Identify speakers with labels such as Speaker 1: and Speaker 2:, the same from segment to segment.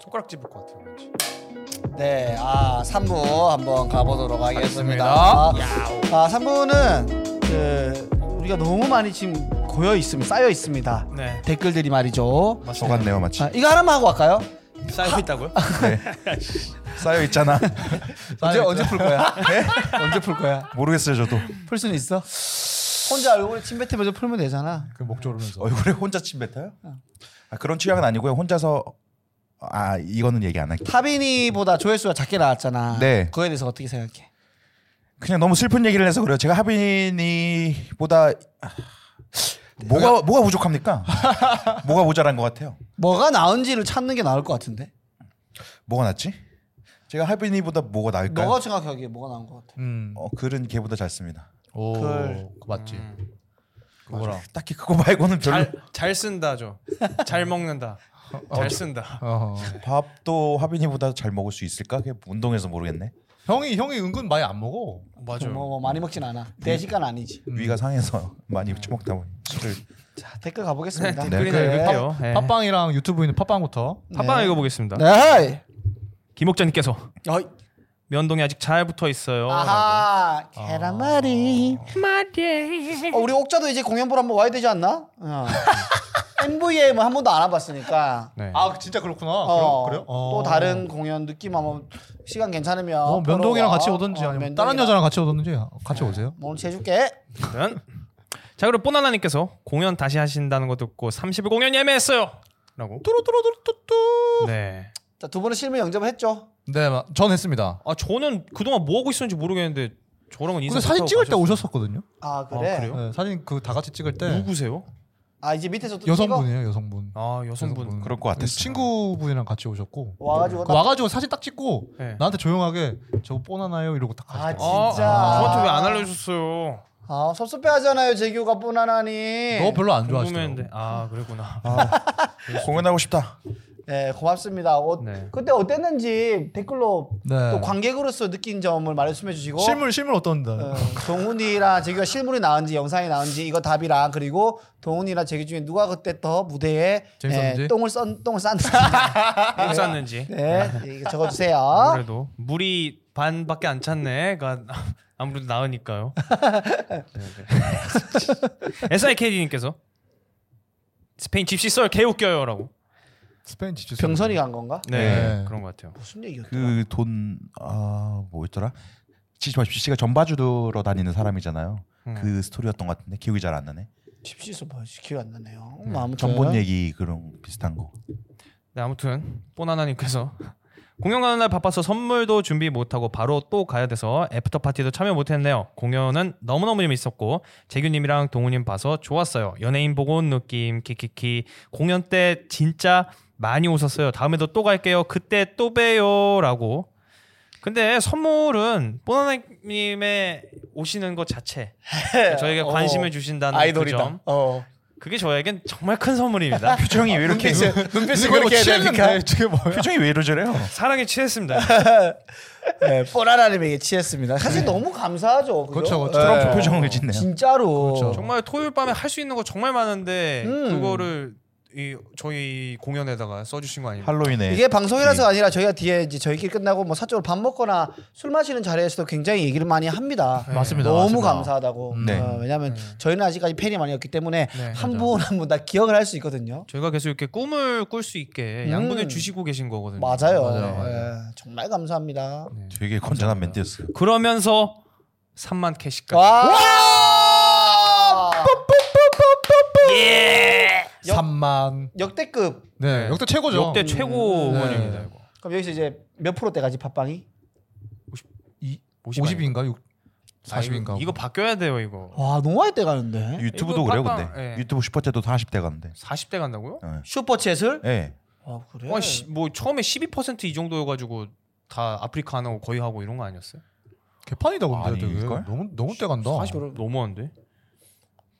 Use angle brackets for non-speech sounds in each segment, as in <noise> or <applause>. Speaker 1: 손가락 집을 것 같아요 왠지.
Speaker 2: 네, 아 3부 한번 가보도록 하겠습니다.
Speaker 1: 알겠습니다.
Speaker 2: 아 3부는 그 우리가 너무 많이 지금 고여 있음 쌓여 있습니다.
Speaker 1: 네.
Speaker 2: 댓글들이 말이죠.
Speaker 3: 속았네요 마치
Speaker 2: 아, 이거 하나만 하고 갈까요?
Speaker 1: 쌓여 있다고요?
Speaker 3: 쌓여 있잖아
Speaker 2: 언제 언제 풀 <laughs> 거야? 언제 풀 거야?
Speaker 3: 모르겠어요 저도
Speaker 2: 네? 풀 수는 있어. 혼자 얼굴에 침 뱉으면서 풀면 되잖아.
Speaker 1: 그 목조르면서.
Speaker 3: 얼굴에 어, 혼자 침 뱉어요? 아, 그런 취향은 아니고요 혼자서 아 이거는 얘기 안 할게
Speaker 2: 하빈이보다 조회수가 작게 나왔잖아.
Speaker 3: 네.
Speaker 2: 그거에 대해서 어떻게 생각해?
Speaker 3: 그냥 너무 슬픈 얘기를 해서 그래요 제가 하빈이보다 아, 뭐가 뭐가 부족합니까? 뭐가 모자란 것 같아요
Speaker 2: 뭐가 나은지를 찾는 게 나을 것 같은데.
Speaker 3: 뭐가 낫지? 제가 하빈이보다 뭐가 나을까요?
Speaker 2: 너가 생각하기에 뭐가 나은 것 같아?
Speaker 1: 음.
Speaker 3: 어, 글은 걔보다 잘 씁니다
Speaker 4: 오,
Speaker 2: 글.
Speaker 4: 그거 맞지. 그거랑.
Speaker 3: 딱히 그거 말고는 별로
Speaker 1: 잘, 잘 쓴다죠. 잘 먹는다. 잘 쓴다.
Speaker 4: 어.
Speaker 3: 밥도 하빈이보다 잘 먹을 수 있을까? 그게 운동해서 모르겠네
Speaker 4: 형이 형이 은근 많이 안 먹어.
Speaker 1: 맞아요.
Speaker 2: 뭐, 뭐 많이 먹진 않아. 대식간 아니지.
Speaker 3: 위가 상해서 <laughs> 많이 처먹다 보니 술을
Speaker 2: 자 댓글 가보겠습니다.
Speaker 3: 네,
Speaker 1: 댓글이나
Speaker 3: 댓글이나
Speaker 2: 네.
Speaker 1: 읽을게요. 네.
Speaker 4: 팟빵이랑 유튜브 있는 팟빵부터.
Speaker 1: 팟빵 읽어보겠습니다.
Speaker 2: 네.
Speaker 1: 김옥자님께서
Speaker 2: 어이.
Speaker 1: 면동이 아직 잘 붙어 있어요.
Speaker 2: 아하
Speaker 4: 어.
Speaker 2: 계란말이. 말이. 어, 우리 옥자도 이제 공연 보러 한번 와야 되지 않나? 어. <laughs> MVM 뭐 한 번도 안 와봤으니까.
Speaker 1: 네.
Speaker 4: 아 진짜 그렇구나.
Speaker 2: 어,
Speaker 4: 그래, 그래요? 어.
Speaker 2: 또 다른 공연 느낌 한번 시간 괜찮으면.
Speaker 4: 어, 면동이랑
Speaker 2: 보러 와.
Speaker 4: 같이 오든지
Speaker 2: 어,
Speaker 4: 아니면
Speaker 2: 면동이랑.
Speaker 4: 다른 여자랑 같이 오든지 같이 오세요.
Speaker 2: 뭐 오늘 재줄게.
Speaker 1: 아무튼. 자 그리고 뽀나나님께서 공연 다시 하신다는 거 듣고 30일 공연 예매했어요. 라고.
Speaker 4: 뚜루뚜루뚜루뚜.
Speaker 1: 네.
Speaker 2: 자두 분은 실무 영접을 했죠.
Speaker 4: 네, 마- 전 했습니다.
Speaker 1: 아 저는 그동안 뭐 하고 있었는지 모르겠는데 저랑은 인사
Speaker 4: 근데 사진
Speaker 1: 못하고
Speaker 4: 찍을 때
Speaker 1: 가셨어요.
Speaker 4: 오셨었거든요.
Speaker 2: 아 그래.
Speaker 1: 아, 그래요?
Speaker 4: 네, 사진 그 다 같이 찍을 때
Speaker 1: 누구세요?
Speaker 2: 아, 이제 밑에서 또 찍어?
Speaker 4: 여성분이에요, 여성분.
Speaker 1: 아 여성분.
Speaker 4: 여성분.
Speaker 3: 그럴 것 같았어요
Speaker 4: 친구분이랑 같이 오셨고
Speaker 2: 와가지고
Speaker 4: 그 와가지고 사진 딱 찍고
Speaker 1: 네.
Speaker 4: 나한테 조용하게 저거 뽀나나요 어, 이러고 딱
Speaker 2: 아,
Speaker 4: 가시더라고.
Speaker 1: 아,
Speaker 2: 진짜.
Speaker 1: 저한테 왜 안 알려줬어요?
Speaker 2: 아 섭섭해하잖아요 재규가 뽀나나니.
Speaker 4: 어. 너 별로 안
Speaker 1: 궁금했는데.
Speaker 4: 좋아하시더라고.
Speaker 1: 아 그랬구나.
Speaker 3: 공연하고 싶다
Speaker 2: 네 고맙습니다. 어,
Speaker 1: 네.
Speaker 2: 그때 어땠는지 댓글로
Speaker 4: 네.
Speaker 2: 또 관객으로서 느낀 점을 말씀해 주시고.
Speaker 4: 실물 실물 어떤데?
Speaker 2: 어, 동훈이랑 재규가 실물이 나은지 영상이 나은지 이거 답이랑 그리고 동훈이랑 재규 중에 누가 그때 더 무대에
Speaker 4: 재밌었는지?
Speaker 2: 에, 똥을 썬 똥을 쌌는지
Speaker 1: 못 샀는지. 아?
Speaker 2: 네 이거 적어주세요.
Speaker 1: 그래도 아, 물이 반밖에 안 찼네가 <laughs> 아무래도 나으니까요. 네, <laughs> SIKD님께서 스페인 집시 썰 개웃겨요라고.
Speaker 4: 스페인 집주
Speaker 2: 병선이 간 건가?
Speaker 1: 네,
Speaker 4: 네.
Speaker 1: 그런 것 같아요.
Speaker 2: 무슨 얘기였더라?
Speaker 3: 그 돈 아 뭐였더라? 지시 씨가 전바 주러 다니는 사람이잖아요.
Speaker 1: 음.
Speaker 3: 그 스토리였던 것 같은데 기억이 잘 안 나네.
Speaker 2: 집시서 뭐 기억이 안 나네요. 음, 아무튼
Speaker 3: 전본 얘기 그런 비슷한 거.
Speaker 1: 네 아무튼 뽀나나님께서 <laughs> 공연 가는 날 바빠서 선물도 준비 못하고 바로 또 가야 돼서 애프터 파티도 참여 못했네요. 공연은 너무너무 재밌었고 재규님이랑 동우님 봐서 좋았어요. 연예인 보고 온 느낌 키키키 공연 때 진짜 많이 웃었어요. 다음에도 또 갈게요. 그때 또 봬요라고. 근데 선물은 뽀나나님의 오시는 것 자체 저에게
Speaker 2: 어,
Speaker 1: 관심을 주신다는 그 점.
Speaker 2: 어.
Speaker 1: 그게 저에겐 정말 큰 선물입니다.
Speaker 3: 표정이 왜 이렇게
Speaker 2: 눈빛을
Speaker 4: 이거 취했는데 <laughs> 저게 뭐야?
Speaker 3: <laughs> 표정이 왜 이러저래요?
Speaker 1: 사랑에 취했습니다.
Speaker 2: 네, 뽀라라님에게 취했습니다. 사실 너무 감사하죠. 그죠?
Speaker 4: 그렇죠, 그렇죠.
Speaker 2: 네.
Speaker 3: 트럼프 표정을 짓네요.
Speaker 2: 진짜로.
Speaker 1: 정말 토요일 밤에 할 수 있는 거 정말 많은데
Speaker 2: 음.
Speaker 1: 그거를 이 저희 공연에다가 써주신 거 아닙니까?
Speaker 4: 네.
Speaker 3: 할로윈에
Speaker 2: 이게 방송이라서가 아니라 저희가 뒤에 이제 저희끼리 끝나고 뭐 사적으로 밥 먹거나 술 마시는 자리에서도 굉장히 얘기를 많이 합니다.
Speaker 4: 맞습니다.
Speaker 2: 너무
Speaker 4: 맞습니다. 음.
Speaker 2: 감사하다고.
Speaker 3: 네.
Speaker 2: 어, 왜냐하면 저희는 아직까지 팬이 많이 없기 때문에
Speaker 1: 네,
Speaker 2: 한 분 한 분 다 기억을 할 수 있거든요.
Speaker 1: 저희가 계속 이렇게 꿈을 꿀 수 있게
Speaker 2: 음.
Speaker 1: 양분을 주시고 계신 거거든요.
Speaker 2: 맞아요.
Speaker 4: 음, 맞아요, 네.
Speaker 2: 예, 정말 감사합니다.
Speaker 3: 되게 건전한 멘트였어요.
Speaker 1: 그러면서 3만
Speaker 4: 그러니까
Speaker 1: 캐시까지.
Speaker 2: 와!
Speaker 1: 예!
Speaker 2: 역-
Speaker 4: 3만.
Speaker 2: 역대급.
Speaker 4: 네, 역대 최고죠.
Speaker 2: 음.
Speaker 1: 역대 최고
Speaker 4: 네.
Speaker 1: 원입니다 이거.
Speaker 2: 그럼 여기서 이제 몇 프로대까지 팟빵이?
Speaker 1: 50
Speaker 4: 50인가 6
Speaker 1: 아,
Speaker 4: 40인가.
Speaker 1: 이거, 이거 바뀌어야 돼요 이거.
Speaker 2: 와 너무 많이 때 가는데.
Speaker 3: 유튜브도
Speaker 1: 이거
Speaker 3: 그래요,
Speaker 1: 빡빡,
Speaker 3: 근데
Speaker 1: 예.
Speaker 3: 유튜브 슈퍼 때도 40대 갔는데.
Speaker 1: 40대 간다고요?
Speaker 3: 예.
Speaker 2: 슈퍼챗을?
Speaker 3: 예.
Speaker 2: 아 그래?
Speaker 4: 어,
Speaker 1: 와, 씨, 뭐 처음에 12%이 정도여가지고 다 아프리카 안 하고 거의 하고 이런 거 아니었어요?
Speaker 4: 개판이다 근데 되게.
Speaker 3: 아닐걸?
Speaker 4: 너무 너무 때 간다.
Speaker 1: 40 너무한데?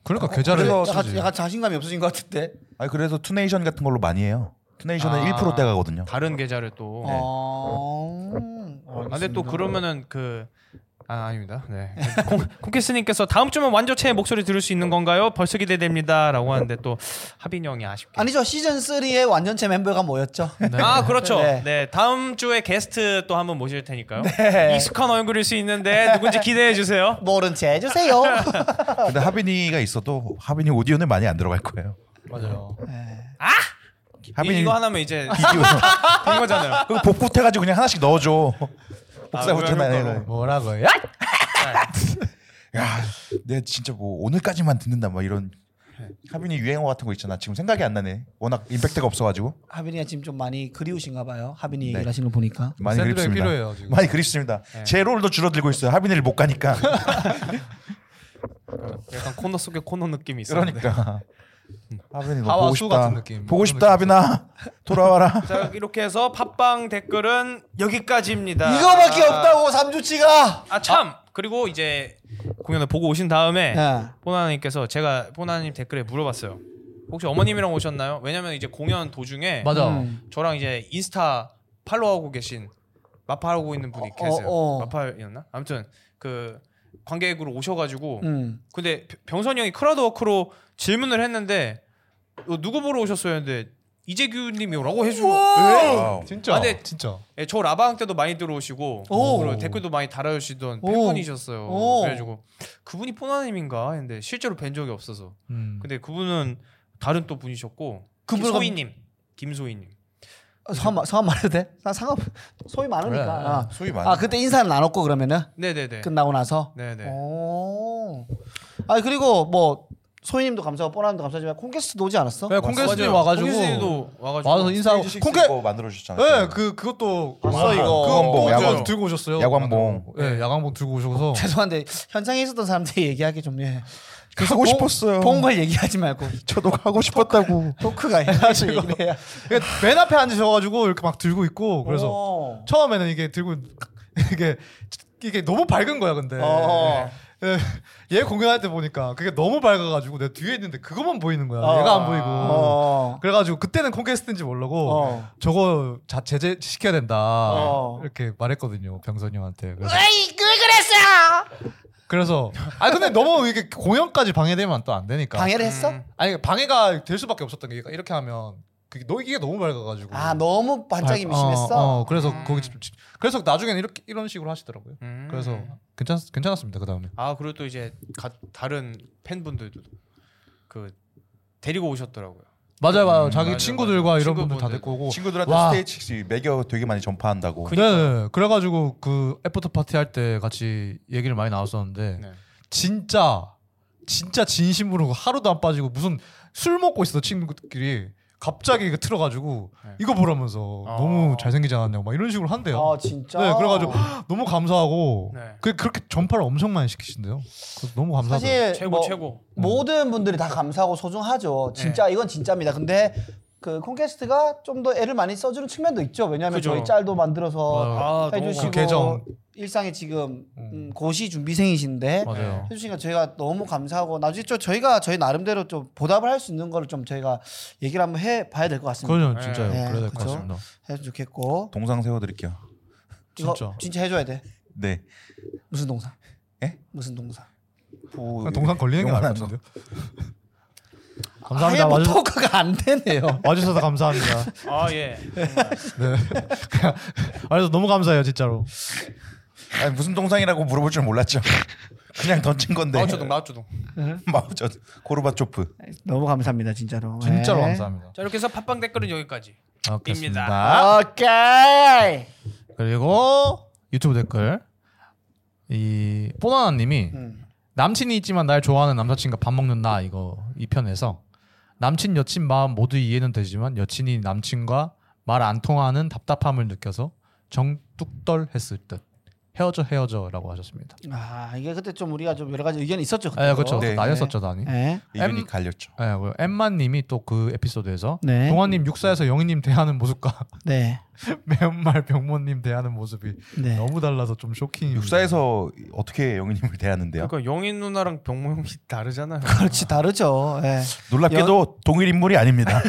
Speaker 4: 그러니까 계좌를
Speaker 2: 어, 그래서
Speaker 4: 쓰지.
Speaker 2: 약간, 약간 자신감이 없어진 것 같은데.
Speaker 3: 아니 그래서 투네이션 같은 걸로 많이 해요. 투네이션은
Speaker 1: 아.
Speaker 3: 1%대 가거든요.
Speaker 4: 네.
Speaker 2: 아,
Speaker 1: 다른 계좌를 또.
Speaker 2: 어...
Speaker 1: 아, 근데 또 그러면은 그 아 아닙니다.
Speaker 2: <laughs>
Speaker 1: 네. 콩- 콩키스님께서 다음 주면 완조체의 목소리 들을 수 있는 건가요? 벌써 기대됩니다라고 하는데 또 하빈 형이 아쉽게.
Speaker 2: 아니죠 시즌 3의 완전체 멤버가 모였죠.
Speaker 1: 아 그렇죠.
Speaker 2: 네.
Speaker 1: 네. 다음 주에 게스트 또 한번 모실 테니까요.
Speaker 2: 네.
Speaker 1: 익숙한 얼굴일 수 있는데 누군지 기대해 주세요.
Speaker 2: 모른 채 해주세요.
Speaker 3: 근데 하빈이가 있어도 하빈이 오디오는 많이 안 들어갈 거예요.
Speaker 4: 맞아요.
Speaker 2: 네.
Speaker 3: 하빈이
Speaker 1: 이거 하나면 이제
Speaker 3: 비디오
Speaker 1: 된 거잖아요.
Speaker 3: 그거 복붙해가지고 그냥 하나씩 넣어줘. 복사
Speaker 1: 아,
Speaker 3: 붙여놔요.
Speaker 4: 네.
Speaker 1: 외울
Speaker 4: 뭐라고요?
Speaker 3: 야, 내가 진짜 뭐 오늘까지만 듣는다 막 이런
Speaker 4: 네.
Speaker 3: 하빈이 유행어 같은 거 있잖아. 지금 생각이 안 나네. 워낙 임팩트가 없어가지고
Speaker 2: 하빈이가 지금 좀 많이 그리우신가 봐요. 하빈이
Speaker 3: 네.
Speaker 2: 얘기를 하시는 거 보니까.
Speaker 3: 많이
Speaker 4: 샌드백이
Speaker 3: 그립습니다.
Speaker 4: 필요해요, 지금. 네.
Speaker 3: 많이 그립습니다. 제 롤도 줄어들고 있어요. 하빈이를 못
Speaker 4: <laughs>
Speaker 3: 가니까.
Speaker 1: 약간 코너 속의 코너 느낌이 있어요. 네.
Speaker 3: 그러니까 하빈이 너
Speaker 4: 하와수
Speaker 3: 보고 싶다.
Speaker 4: 같은 느낌.
Speaker 3: 보고
Speaker 4: 그런
Speaker 3: 싶다 하빈아
Speaker 4: <laughs>
Speaker 3: 돌아와라.
Speaker 1: 자 이렇게 해서 팟빵 댓글은 여기까지입니다.
Speaker 2: 이거밖에
Speaker 1: 아,
Speaker 2: 없다고 삼주치가.
Speaker 1: 아 참 그리고 이제 공연을 보고 오신 다음에
Speaker 2: 네.
Speaker 1: 보나님께서 제가 보나님 댓글에 물어봤어요. 혹시 어머님이랑 오셨나요? 왜냐면 이제 공연 도중에
Speaker 4: 맞아.
Speaker 2: 음.
Speaker 1: 저랑 이제 인스타 팔로우하고 계신 마팔하고 있는 분이
Speaker 2: 어,
Speaker 1: 계세요.
Speaker 2: 어, 어.
Speaker 1: 마팔이었나? 아무튼 그 관객으로 오셔가지고
Speaker 2: 음.
Speaker 1: 근데 병- 병선이 형이 크라우드워크로 질문을 했는데 어, 누구 보러 오셨어요? 했는데 이재규님이라고 해주고
Speaker 4: 어!
Speaker 3: 와우.
Speaker 4: 진짜.
Speaker 1: 아, 근데-
Speaker 4: 진짜.
Speaker 1: 예, 저 라방 때도 많이 들어오시고
Speaker 2: 오.
Speaker 1: 그리고 댓글도 많이 달아주시던
Speaker 2: 오.
Speaker 1: 팬분이셨어요.
Speaker 2: 오.
Speaker 1: 그래가지고 그분이 포나님인가 했는데 실제로 뵌 적이 없어서
Speaker 4: 음.
Speaker 1: 근데 그분은 다른 또 분이셨고
Speaker 2: 그분은-
Speaker 1: 김소희님 김소희님
Speaker 2: 아, 성함 마- 성함 말해도 돼? 나 상업 소위 많으니까.
Speaker 4: 그래.
Speaker 2: 아.
Speaker 3: 소위 많아.
Speaker 2: 아 그때 인사를 나눴고 그러면은 어,
Speaker 1: 네네네
Speaker 2: 끝나고 나서.
Speaker 1: 네네
Speaker 2: 오. 아 그리고 뭐 소희님도 감사하고 뽀라님도 감사하지만 콩캐스트도 오지 않았어?
Speaker 4: 네, 콩캐스님
Speaker 1: 맞아요.
Speaker 4: 와가지고
Speaker 1: 콩캐스님도 와가지고
Speaker 4: 와서 인사하고 콩캐
Speaker 3: 콩 만들어 주셨잖아.
Speaker 4: 예, 그 그것도
Speaker 2: 봤어, 이거.
Speaker 3: 야광봉,
Speaker 4: 그거
Speaker 3: 야광봉.
Speaker 4: 들고 오셨어요.
Speaker 3: 야광봉.
Speaker 4: 예, 야광봉 들고
Speaker 2: <laughs>
Speaker 4: 오셔서
Speaker 2: 어, 죄송한데 현장에 있었던 사람들이 얘기하기 좀 예.
Speaker 3: 하고 싶었어요.
Speaker 2: 본걸 얘기하지 말고
Speaker 3: 저도 하고 싶었다고.
Speaker 2: 토크가 해가지고 얘기를 해야.
Speaker 4: 그맨 앞에 앉으셔가지고 이렇게 막 들고 있고 그래서
Speaker 2: 오.
Speaker 4: 처음에는 이게 들고 이게 이게 너무 밝은 거야 근데
Speaker 2: 어.
Speaker 4: 예, 얘 공연할 때 보니까 그게 너무 밝아가지고 내 뒤에 있는데 그것만 보이는 거야 네. 얘가 안 보이고
Speaker 2: 어.
Speaker 4: 그래가지고 그때는 콘캐스트인지 모르고
Speaker 2: 어.
Speaker 4: 저거 자, 제재 시켜야 된다
Speaker 2: 어.
Speaker 4: 이렇게 말했거든요 병선이 형한테 그래서,
Speaker 5: 으이, 그 그랬어요.
Speaker 4: 그래서 아 근데 너무 이게 공연까지 방해되면 또 안 되니까
Speaker 1: 음,
Speaker 2: 방해를 했어?
Speaker 4: 아니 방해가 될 수밖에 없었던 게 이렇게 하면 그게 너 이게 너무 밝아가지고
Speaker 2: 아 너무 반짝이
Speaker 4: 아,
Speaker 2: 미심했어.
Speaker 4: 어, 어, 그래서 거기 집- 집- 그래서 나중에는 이렇게 이런 식으로 하시더라고요.
Speaker 1: 음.
Speaker 4: 그래서 괜찮 괜찮았습니다. 그 다음에
Speaker 1: 아 그리고 또 이제 가, 다른 팬분들도 그 데리고 오셨더라고요
Speaker 4: 맞아요, 맞아요. 음, 자기
Speaker 1: 맞아요,
Speaker 4: 친구들과
Speaker 1: 맞아요.
Speaker 4: 이런 분들 다
Speaker 1: 친구분들.
Speaker 4: 데리고 오고.
Speaker 3: 친구들한테
Speaker 4: 와.
Speaker 3: 스테이치 매겨 되게 많이 전파한다고.
Speaker 4: 네, 네. 그래가지고 그 애프터 파티 할 때 같이 얘기를 많이 나눴었는데
Speaker 1: 네.
Speaker 4: 진짜 진짜 진심으로 그 하루도 안 빠지고 무슨 술 먹고 있어 친구들끼리 갑자기 이거 틀어가지고
Speaker 1: 네.
Speaker 4: 이거 보라면서
Speaker 1: 아.
Speaker 4: 너무 잘생기지 않았냐고 막 이런 식으로 한대요.
Speaker 2: 아 진짜.
Speaker 4: 네, 그래가지고
Speaker 2: 아.
Speaker 4: 너무 감사하고
Speaker 1: 네.
Speaker 4: 그 그렇게 전파를 엄청 많이 시키신대요. 그래서 너무 감사하고.
Speaker 2: 사실
Speaker 1: 최고 네.
Speaker 2: 뭐
Speaker 1: 최고
Speaker 2: 모든 분들이 다 감사하고 소중하죠. 진짜 이건 진짜입니다. 근데 그 콘캐스트가 좀 더 애를 많이 써주는 측면도 있죠. 왜냐하면
Speaker 1: 그죠.
Speaker 2: 저희 짤도 만들어서
Speaker 1: 아, 너무
Speaker 2: 해주시고
Speaker 4: 그 계정.
Speaker 2: 일상에 지금 음, 고시 준비생이신데
Speaker 4: 맞아요.
Speaker 2: 해주시니까 저희가 너무 감사하고 나중에 저 저희가 저희 나름대로 좀 보답을 할 수 있는 거를 좀 저희가 얘기를 한번 해봐야 될 것 같습니다.
Speaker 4: 그거는 진짜요.
Speaker 2: 네,
Speaker 4: 그래야 될 것
Speaker 2: 그쵸?
Speaker 4: 같습니다.
Speaker 2: 해서 좋겠고
Speaker 3: 동상 세워드릴게요.
Speaker 2: 이거
Speaker 4: 진짜.
Speaker 2: 진짜 해줘야 돼.
Speaker 3: 네.
Speaker 2: 무슨 동사?
Speaker 3: 예?
Speaker 2: 무슨 동사?
Speaker 3: 보-
Speaker 4: 동상 걸리는 게 나을 것
Speaker 3: 영원한
Speaker 4: 같은데요.
Speaker 2: 아예
Speaker 4: 감사합니다.
Speaker 2: 뭐
Speaker 4: 와주,
Speaker 2: 토크가 안 되네요.
Speaker 4: 와주셔서 감사합니다.
Speaker 1: 아예
Speaker 4: <laughs> 네. 그냥 와주셔서 너무 감사해요, 진짜로.
Speaker 3: 동- 아니, 무슨 동상이라고 물어볼 줄
Speaker 4: <laughs>
Speaker 3: 몰랐죠. 그냥 던진 건데.
Speaker 1: 마우초동 마우초동
Speaker 3: <laughs> 마우저 고르바초프.
Speaker 2: <laughs> 너무 감사합니다 진짜로.
Speaker 4: 진짜로
Speaker 2: 네.
Speaker 4: 감사합니다.
Speaker 1: 자 이렇게 해서 팟빵 댓글은 여기까지
Speaker 4: 아, 그렇습니다.
Speaker 1: 입니다.
Speaker 2: 오케이.
Speaker 4: 그리고 유튜브 댓글 이 뽀나나님이
Speaker 2: 음.
Speaker 4: 남친이 있지만 날 좋아하는 남사친과 밥 먹는 나 이거 이 편에서 남친 여친 마음 모두 이해는 되지만 여친이 남친과 말 안 통하는 답답함을 느껴서 정뚝떨 했을 듯 헤어져 헤어져라고 하셨습니다.
Speaker 2: 아 이게 그때 좀 우리가 좀 여러 가지 의견이 있었죠. 예, 그때.
Speaker 4: 아 그렇죠.
Speaker 3: 네.
Speaker 4: 나였었죠 나니.
Speaker 2: 네.
Speaker 3: 이윤이
Speaker 4: 엠-
Speaker 3: 갈렸죠.
Speaker 4: 예, 엠마님이 또 그 에피소드에서
Speaker 2: 네.
Speaker 4: 동아님 육사에서 영희님 대하는 모습과 <laughs>
Speaker 2: 네.
Speaker 4: 매운말 병모님 대하는 모습이
Speaker 2: 네.
Speaker 4: 너무 달라서 좀 쇼킹입니다.
Speaker 3: 육사에서 어떻게 영희님을 대하는데요?
Speaker 1: 그러니까 영인 누나랑 병모 형이 <laughs> 다르잖아요.
Speaker 2: 그렇지 다르죠. 예.
Speaker 3: 놀랍게도 동일 인물이
Speaker 4: <laughs>
Speaker 3: 아닙니다.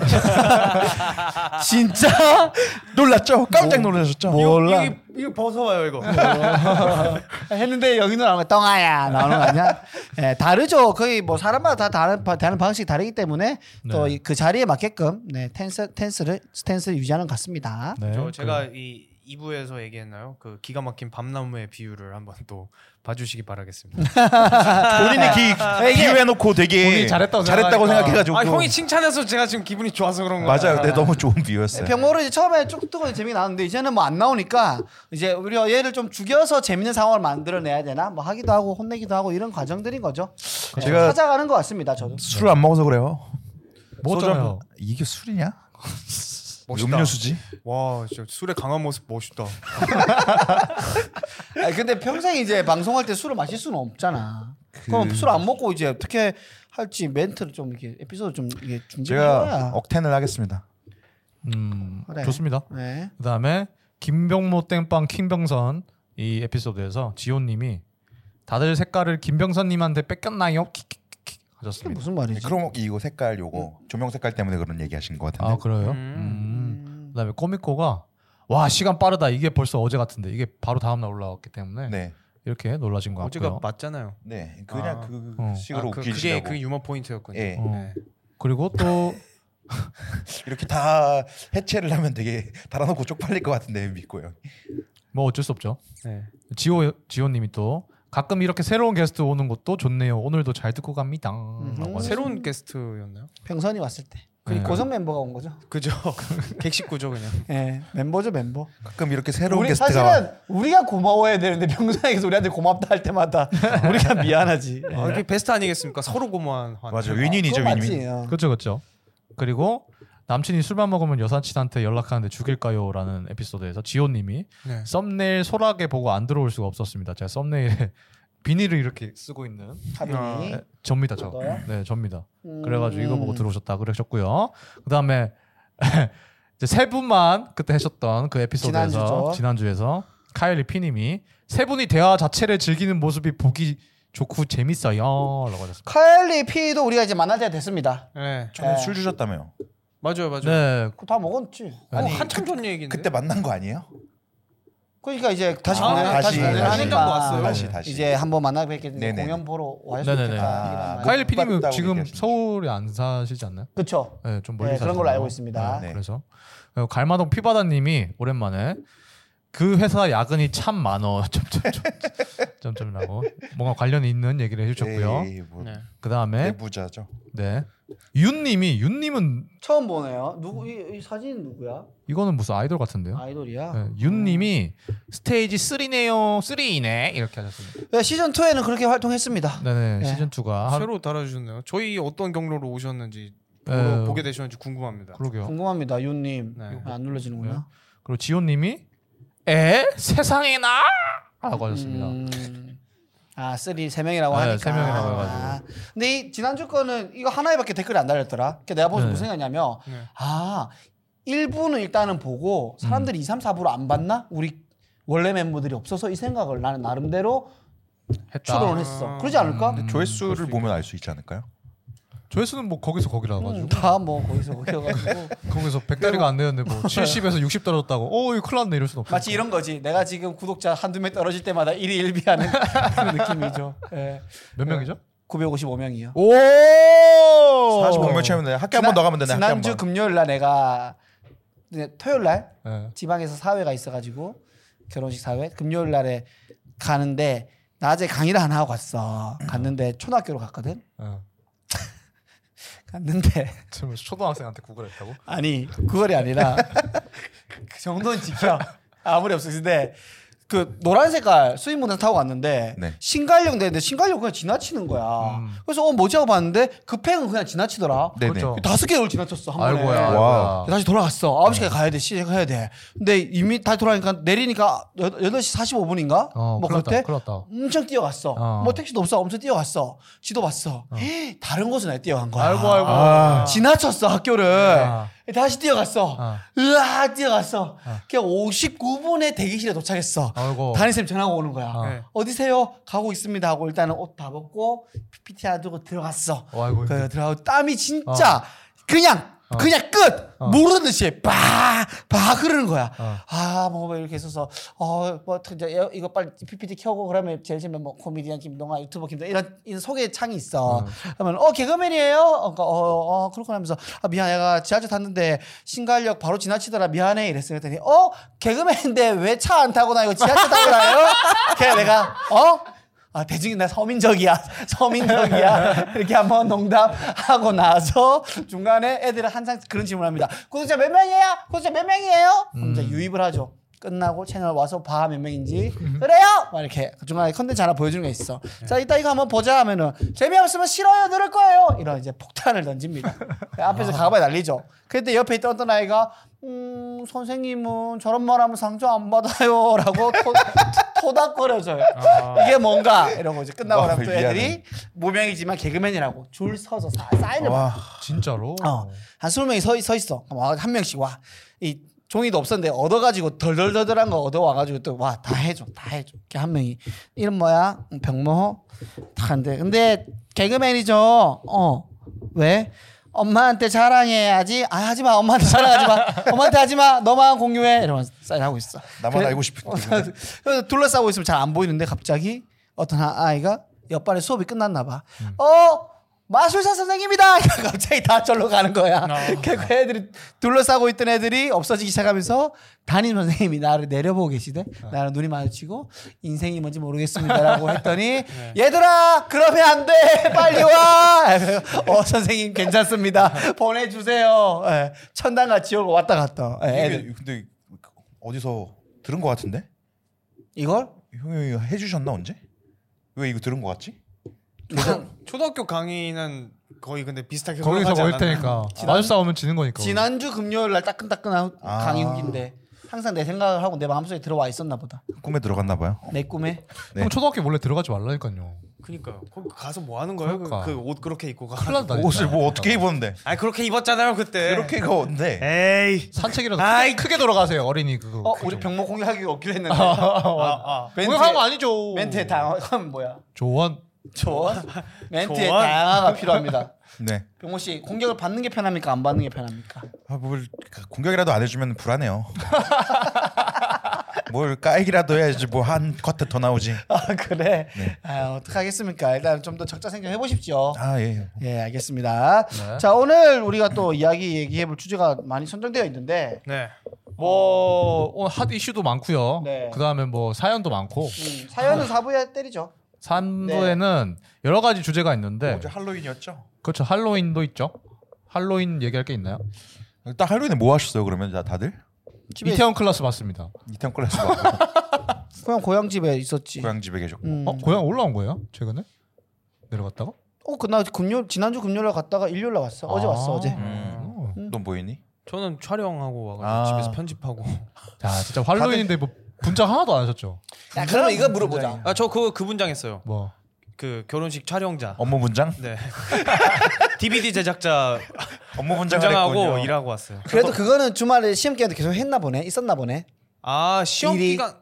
Speaker 2: 진짜
Speaker 3: 아, <laughs> 놀랐죠? 깜짝 놀라셨죠?
Speaker 2: 몰라
Speaker 1: 이거, 이거 벗어봐요 이거.
Speaker 2: <laughs> 했는데 여기는 아마 떵아야 나오는 거 아니야? 예, 다르죠. 거의 뭐 사람마다 다 다른 바- 대하는 방식이 다르기 때문에 또 그 자리에 맞게끔 네 텐스 텐스를 스탠스를 유지하는 것 같습니다.
Speaker 4: 네.
Speaker 3: 그
Speaker 1: 저 제가 이 2부에서 얘기했나요? 그 기가 막힌 밤나무의 비유를 한번 또 봐주시기 바라겠습니다.
Speaker 3: 본인이 기, 비유해놓고 되게
Speaker 4: 본인이 잘했다고 생각하니까.
Speaker 3: 생각해가지고
Speaker 1: 아 형이 칭찬해서 제가 지금 기분이 좋아서 그런 거예요.
Speaker 3: 맞아요. 근데 너무 좋은 비유였어요.
Speaker 2: 병모를 이제 처음에 쭉뜨거리 재미가 나는데 이제는 뭐 안 나오니까 이제 우리가 얘를 좀 죽여서 재밌는 상황을 만들어내야 되나 뭐 하기도 하고 혼내기도 하고 이런 과정들인 거죠. 예,
Speaker 3: 제가-
Speaker 2: 찾아가는 것 같습니다. 저도.
Speaker 3: 술을 안 먹어서 그래요.
Speaker 4: 뭐
Speaker 3: 소주 한
Speaker 4: 어쩌나요?
Speaker 3: 병- 이게 술이냐?
Speaker 4: <laughs>
Speaker 1: 멋있다.
Speaker 3: 음료수지?
Speaker 1: 와 진짜 술의 강한 모습 멋있다.
Speaker 2: 아니, 근데 평생 이제 방송할 때 술을 마실 수는 없잖아. 그... 럼 술 안 먹고 이제 어떻게 할지 멘트를 좀 이렇게 에피소드 좀 이게 어, 준비해야.
Speaker 3: 제가 억텐을 하겠습니다.
Speaker 4: 음,
Speaker 2: 그래.
Speaker 4: 좋습니다.
Speaker 2: 네.
Speaker 4: 그다음에 김병모 땡빵 킹병선 이 에피소드에서 지호님이 다들 색깔을 김병선님한테 뺏겼나요? 킥킥킥
Speaker 2: 그게
Speaker 4: 하셨습니다.
Speaker 2: 무슨 말이지?
Speaker 3: 네, 크롬 이거 색깔 요거 조명 색깔 때문에 그런 얘기하신 것 같은데.
Speaker 4: 아 그래요? 음. 그다음에 꼬미코가 와 시간 빠르다 이게 벌써 어제 같은데 이게 바로 다음 날 올라왔기 때문에
Speaker 3: 네.
Speaker 4: 이렇게 놀라신 것
Speaker 1: 어제가
Speaker 4: 같고요.
Speaker 1: 맞잖아요.
Speaker 3: 네. 그냥
Speaker 1: 아.
Speaker 3: 그
Speaker 4: 어.
Speaker 3: 식으로
Speaker 1: 아, 그, 그게
Speaker 3: 웃기시려고.
Speaker 1: 그 유머 포인트였군요.
Speaker 3: 예.
Speaker 4: 어.
Speaker 1: 네.
Speaker 4: 그리고 또
Speaker 3: 이렇게 다 해체를 하면 되게 달아놓고 쪽팔릴 것 같은데 믿고요.
Speaker 4: 뭐 어쩔 수 없죠.
Speaker 1: 네.
Speaker 4: 지호 지호님이 또 가끔 이렇게 새로운 게스트 오는 것도 좋네요. 오늘도 잘 듣고 갑니다. 라고 하셨-
Speaker 1: 새로운 게스트였나요?
Speaker 2: 병선이 왔을 때.
Speaker 4: 네.
Speaker 2: 고성 멤버가 온 거죠.
Speaker 1: 그죠. <laughs> 객식구죠 그냥.
Speaker 2: 예, 멤버죠 멤버.
Speaker 3: 가끔 이렇게 새로운
Speaker 2: 우리
Speaker 3: 게스트가 와.
Speaker 2: 사실은 우리가 고마워해야 되는데 병선이가 우리한테 고맙다 할 때마다 우리가 미안하지.
Speaker 1: 아, 이게 베스트 아니겠습니까? 서로 고마운 환.
Speaker 3: 네. 맞아 윈윈이죠
Speaker 2: 그건
Speaker 3: 윈윈.
Speaker 2: 맞지, 어.
Speaker 4: 그렇죠, 그렇죠. 그리고 남친이 술만 먹으면 여사친한테 연락하는데 죽일까요?라는 에피소드에서 지호님이
Speaker 1: 네.
Speaker 4: 썸네일 소라게 보고 안 들어올 수가 없었습니다. 제가 썸네일에 <laughs> 비닐을 이렇게 쓰고 있는
Speaker 2: 하빈이.
Speaker 4: 네, 접니다, 저.
Speaker 2: 너요?
Speaker 4: 네, 접니다.
Speaker 2: 음.
Speaker 4: 그래가지고 이거 보고 들어오셨다 그러셨고요. 그다음에 <laughs> 이제 세 분만 그때 하셨던 그 에피소드에서
Speaker 2: 지난주죠.
Speaker 4: 지난주에서 카일리 피님이 세 분이 대화 자체를 즐기는 모습이 보기 좋고 재밌어요라고 하셨습니다.
Speaker 2: 카일리 피도 우리가 이제 만날 때가 됐습니다.
Speaker 1: 네.
Speaker 3: 저는
Speaker 2: 네.
Speaker 3: 술 주셨다며요.
Speaker 1: 맞아요, 맞아요.
Speaker 4: 네,
Speaker 2: 그거 다 먹었지.
Speaker 1: 아니 한참 전 얘기인데.
Speaker 3: 그때 만난 거 아니에요?
Speaker 2: 그러니까 이제 네. 다시
Speaker 1: 아,
Speaker 2: 보내-
Speaker 1: 다시,
Speaker 2: 다시
Speaker 3: 다시.
Speaker 2: 보내니까.
Speaker 3: 한
Speaker 1: 생각도 왔어요.
Speaker 3: 다시 다시.
Speaker 2: 이제 한번 만나 뵙겠는데
Speaker 3: 네네네.
Speaker 2: 공연 보러 와주셨으면
Speaker 4: 네네네.
Speaker 3: 아,
Speaker 2: 좋겠다.
Speaker 4: 카일리 피님은
Speaker 3: 맞다고
Speaker 4: 지금
Speaker 3: 얘기하시죠.
Speaker 4: 서울에 안 사시지 않나요?
Speaker 2: 그렇죠.
Speaker 4: 네, 좀 멀리
Speaker 2: 네,
Speaker 4: 사시죠.
Speaker 2: 그런 걸로 알고 있습니다.
Speaker 3: 네.
Speaker 4: 그래서 그리고 갈마동 피바다님이 오랜만에 그 회사 야근이 참 많어. <laughs> 점점점점이라고 뭔가 관련이 있는 얘기를 해주셨고요.
Speaker 3: 에이, 뭐
Speaker 1: 네.
Speaker 4: 그 다음에
Speaker 3: 내부자죠.
Speaker 4: 네. 윤님이 윤님은
Speaker 2: 처음 보네요. 누구 이, 이 사진 누구야?
Speaker 4: 이거는 무슨 아이돌 같은데요?
Speaker 2: 아이돌이야.
Speaker 4: 네, 윤님이 스테이지 3네요, 3이네 이렇게 하셨습니다.
Speaker 2: 네, 시즌 2에는 그렇게 활동했습니다.
Speaker 4: 네네
Speaker 2: 네.
Speaker 4: 시즌 2가
Speaker 1: 새로 달아주셨네요. 저희 어떤 경로로 오셨는지
Speaker 4: 네.
Speaker 1: 보러 보게 되셨는지 궁금합니다.
Speaker 4: 그러게요.
Speaker 2: 궁금합니다, 윤님.
Speaker 1: 네.
Speaker 2: 이거 안 눌러지는구나.
Speaker 4: 그리고 지호님이 에 세상에 나라고 하셨습니다.
Speaker 2: 음. 아, 쓰리 세 명이라고
Speaker 4: 네,
Speaker 2: 하니까.
Speaker 4: 세 명이라고 해가지고.
Speaker 2: 아, 근데 이 지난주 거는 이거 하나에밖에 댓글이 안 달렸더라. 그 내가 보면서
Speaker 4: 네.
Speaker 2: 무슨 생각이냐면
Speaker 1: 네.
Speaker 2: 아, 1부는 일단은 보고 사람들이
Speaker 4: 음.
Speaker 2: 2, 3, 4부로 안 봤나? 우리 원래 멤버들이 없어서 이 생각을 나는 나름대로
Speaker 4: 했다.
Speaker 2: 추론을 했어. 그러지 않을까?
Speaker 4: 음.
Speaker 3: 조회수를 보면 알 수 있지 않을까요?
Speaker 4: 조회수는 뭐 거기서 거기라 가지고
Speaker 2: 다 뭐 거기서 거기여가지고
Speaker 4: <laughs> 거기서 100다리가 안 되는데 뭐 70에서 60 떨어졌다고 오 이거 큰일 났네 이럴 순 없어.
Speaker 2: 마치 이런 거지. 내가 지금 구독자 한두 명 떨어질 때마다 1위 1비하는 <laughs> 그런 느낌이죠. 예.
Speaker 4: 몇 명이죠?
Speaker 2: 955명이요.
Speaker 4: 오
Speaker 3: 40명 채우면 돼. 학교 한번 더 가면 되네. 학교 한
Speaker 2: 어. 지난주
Speaker 3: 번.
Speaker 2: 금요일 날 내가 이제 토요일 날
Speaker 4: 네.
Speaker 2: 지방에서 사회가 있어가지고 결혼식 사회 금요일 날에 가는데 낮에 강의를 하나 하고 갔어. 갔는데 초등학교로 갔거든.
Speaker 4: 네.
Speaker 2: 갔는데 <laughs>
Speaker 4: 지금 초등학생한테 구글했다고?
Speaker 2: 아니 그거이 아니라 <laughs> 그 정도는 지켜 아무리 없어 근데 그 노란 색깔 수입문에 타고 갔는데
Speaker 3: 네.
Speaker 2: 신갈역 되는데 신갈역 그냥 지나치는 거야
Speaker 4: 음.
Speaker 2: 그래서 어 뭐지 하고 봤는데 급행은 그냥 지나치더라
Speaker 3: 네네.
Speaker 4: 그렇죠.
Speaker 2: 다섯 개월 지나쳤어 한 번에
Speaker 4: 아이고야.
Speaker 3: 와우.
Speaker 4: 아이고야. 네.
Speaker 2: 다시 돌아갔어 9시까지 가야 돼 시작해야 돼 근데 이미 다시 돌아가니까 내리니까 8시 45분인가
Speaker 4: 어,
Speaker 2: 뭐
Speaker 4: 큰일 났다.
Speaker 2: 그때
Speaker 4: 큰일 났다.
Speaker 2: 엄청 뛰어갔어
Speaker 4: 어.
Speaker 2: 뭐 택시도 없어 엄청 뛰어갔어 지도 봤어 헤, 다른 곳으로 내가 뛰어간 거야
Speaker 4: 아이고 아이고.
Speaker 3: 아.
Speaker 2: 지나쳤어 학교를
Speaker 4: 아.
Speaker 2: 다시 뛰어갔어.
Speaker 4: 어.
Speaker 2: 으아 뛰어갔어. 그냥 59분에 대기실에 도착했어.
Speaker 4: 아이고.
Speaker 2: 담임쌤 전화가 오는 거야.
Speaker 4: 네.
Speaker 2: 어디세요? 가고 있습니다 하고 일단은 옷 다 벗고 PPT 하나 두고 들어갔어.
Speaker 4: 어, 아이고.
Speaker 2: 그 들어가고 땀이 진짜 그냥 그냥 끝 모르는 듯이 빡빡 흐르는 거야. 아뭐 이렇게 있어서 어뭐 이제 이거 빨리 PPT 켜고 그러면 제일 처음에 뭐 코미디언 김동아 유튜버 김동아 이런, 이런 소개 창이 있어. 그러면 어 개그맨이에요. 어, 그러니까, 어, 어 그렇구나 하면서 아 미안 내가 지하철 탔는데 신갈역 바로 지나치더라 미안해 이랬어요. 그랬더니 어 개그맨인데 왜 차 안 타고 나 이거 지하철 타고 나요? 그래 내가 어 아, 대중이 나 서민적이야. <laughs> 서민적이야. 이렇게 한번 농담하고 나서 중간에 애들은 항상 그런 질문을 합니다. 구독자 몇 명이에요? 구독자 몇 명이에요? 그럼 이제 유입을 하죠. 끝나고 채널 와서 봐 몇 명인지 그래요 막 이렇게 중간에 컨텐츠 하나 보여주는 게 있어 자 이따 이거 한번 보자 하면은 재미없으면 싫어요 누를 거예요 이런 이제 폭탄을 던집니다 그 앞에서 가가봐야 날리죠 그때 옆에 있던 어떤 아이가 음 선생님은 저런 말하면 상처 안 받아요 라고 토, <laughs> 토닥거려줘요 이게 뭔가 이러고 이제 끝나고
Speaker 3: 와,
Speaker 2: 나면 또 애들이
Speaker 3: 미안해.
Speaker 2: 무명이지만 개그맨이라고 줄 서서 사- 사인을
Speaker 3: 와.
Speaker 4: 진짜로.
Speaker 2: 어, 한 20명이 서, 서 있어. 그럼 와, 한 명씩 와. 이 종이도 없었는데 얻어가지고 덜덜덜덜한 거 얻어와가지고 또 와 다 해줘 다 해줘 이렇게 한 명이 이름 뭐야 병모 다 근데 근데 개그맨이죠 어. 어왜 엄마한테 자랑해야지 아 하지마 엄마한테 자랑하지 마 엄마한테 하지 마 너만 공유해 이러면서 사인하고 네. 있어
Speaker 3: 나만 알고 싶은 개그맨.
Speaker 2: 그래서 둘러싸고 있으면 잘 안 보이는데 갑자기 어떤 한 아이가 옆반에 수업이 끝났나 봐.
Speaker 3: 음.
Speaker 2: 어 마술사 선생님이다. <laughs> 갑자기 다 절로 가는 거야.
Speaker 3: 어.
Speaker 2: <laughs> 결국 애들이 둘러싸고 있던 애들이 없어지기 시작하면서 담임 선생님이 나를 내려보고 계시대.
Speaker 3: 어.
Speaker 2: 나랑 눈이 마주치고 인생이 뭔지
Speaker 3: <laughs>
Speaker 2: 모르겠습니다라고 했더니
Speaker 3: 네.
Speaker 2: 얘들아 그러면 안 돼. <laughs> 빨리 와. 어 선생님 괜찮습니다.
Speaker 3: <laughs>
Speaker 2: 보내주세요. 예, 천당과 지옥을 왔다 갔다. 예, 애들.
Speaker 3: 이게 근데 어디서 들은 것 같은데?
Speaker 2: 이걸
Speaker 3: 형이 이거 해주셨나 언제? 왜 이거 들은 것 같지?
Speaker 1: 초등학교 강의는 거의 근데 비슷하게
Speaker 4: 거기서
Speaker 1: 흘러가지
Speaker 4: 거일
Speaker 1: 않았나?
Speaker 4: 테니까 마주 싸우면 지는 거니까.
Speaker 2: 지난주 금요일 날 따끈따끈한
Speaker 3: 아.
Speaker 2: 강의 후기인데 항상 내 생각을 하고 내 마음속에 들어와 있었나 보다.
Speaker 3: 꿈에 들어갔나 봐요.
Speaker 2: 내 꿈에.
Speaker 4: 그럼 초등학교 몰래 들어가지 말라니까요.
Speaker 1: 그니까요. 거기 가서 뭐 하는 거예요?
Speaker 4: 그러니까.
Speaker 1: 그 옷 그렇게 입고 가.
Speaker 4: 큰일 난다.
Speaker 3: 옷을 뭐 어떻게 입었는데?
Speaker 1: 아 그렇게 입었잖아요 그때.
Speaker 3: 이렇게
Speaker 1: 네.
Speaker 3: 입었는데
Speaker 1: 에이.
Speaker 4: 산책이라도
Speaker 1: 아이.
Speaker 4: 크게 돌아가세요 어린이 그거.
Speaker 2: 어 우리 병목 공유하기로 없기로 했는데.
Speaker 1: 아, 아.
Speaker 2: 멘트에-
Speaker 4: 공격한 거 아니죠.
Speaker 2: 멘트에 다양함 뭐야?
Speaker 4: 조언.
Speaker 2: <laughs> 조언. 멘트에
Speaker 1: 조언?
Speaker 2: 다양화가 필요합니다.
Speaker 3: 네.
Speaker 2: 병모 씨 공격을 받는 게 편합니까? 안 받는 게 편합니까?
Speaker 3: 아, 뭘 공격이라도 안
Speaker 1: <laughs>
Speaker 3: 해주면 불안해요. 뭘 까이기라도 해야지 뭐 한 커트 더 나오지.
Speaker 2: 아 그래. 아 어떡하겠습니까? 일단 좀 더 적자 생각 해보십시오.
Speaker 3: 아 예.
Speaker 2: 예 알겠습니다.
Speaker 4: 네.
Speaker 2: 자 오늘 우리가 또 이야기 얘기해볼 주제가 많이 선정되어 있는데
Speaker 1: 네.
Speaker 4: 뭐 오늘 핫 이슈도 많고요.
Speaker 2: 어. 네.
Speaker 4: 그다음에 뭐 사연도 많고.
Speaker 2: 음, 사연은 사부에 때리죠.
Speaker 4: 3부에는 여러 가지 주제가 있는데
Speaker 3: 할로윈이었죠?
Speaker 4: 그렇죠. 할로윈도 있죠. 할로윈 얘기할 게 있나요?
Speaker 3: 딱 할로윈에 뭐 하셨어요 그러면 다 다들?
Speaker 2: 집에
Speaker 4: 이태원 클라스 봤습니다.
Speaker 3: 이태원
Speaker 1: <laughs>
Speaker 3: 클래스 받고
Speaker 2: 그냥 고향 집에 있었지.
Speaker 3: 고향 집에 계셨고
Speaker 2: 음.
Speaker 4: 어, 고향 올라온 거예요? 최근에 내려갔다가?
Speaker 2: 어, 그나 금요 지난주 금요일에 갔다가 일요일에 왔어. 어제
Speaker 4: 아.
Speaker 2: 왔어. 어제.
Speaker 4: 음.
Speaker 3: 넌 뭐했니?
Speaker 1: 저는 촬영하고 와가지고
Speaker 3: 아.
Speaker 1: 집에서 편집하고.
Speaker 4: 자, 진짜 할로윈인데 뭐 분장 하나도 안 하셨죠?
Speaker 2: 야, 그러면 이거 물어보자.
Speaker 1: 아 저 그거 그 분장했어요.
Speaker 4: 뭐
Speaker 1: 그 결혼식 촬영자.
Speaker 3: 업무 분장?
Speaker 1: 네. DVD 제작자
Speaker 3: 업무 분장을
Speaker 1: 분장하고
Speaker 3: 했군요.
Speaker 1: 일하고 왔어요.
Speaker 2: 그래도 그거는 주말에 시험 기간도 계속 했나 보네. 있었나 보네.
Speaker 1: 아 시험
Speaker 2: 일이-
Speaker 1: 기간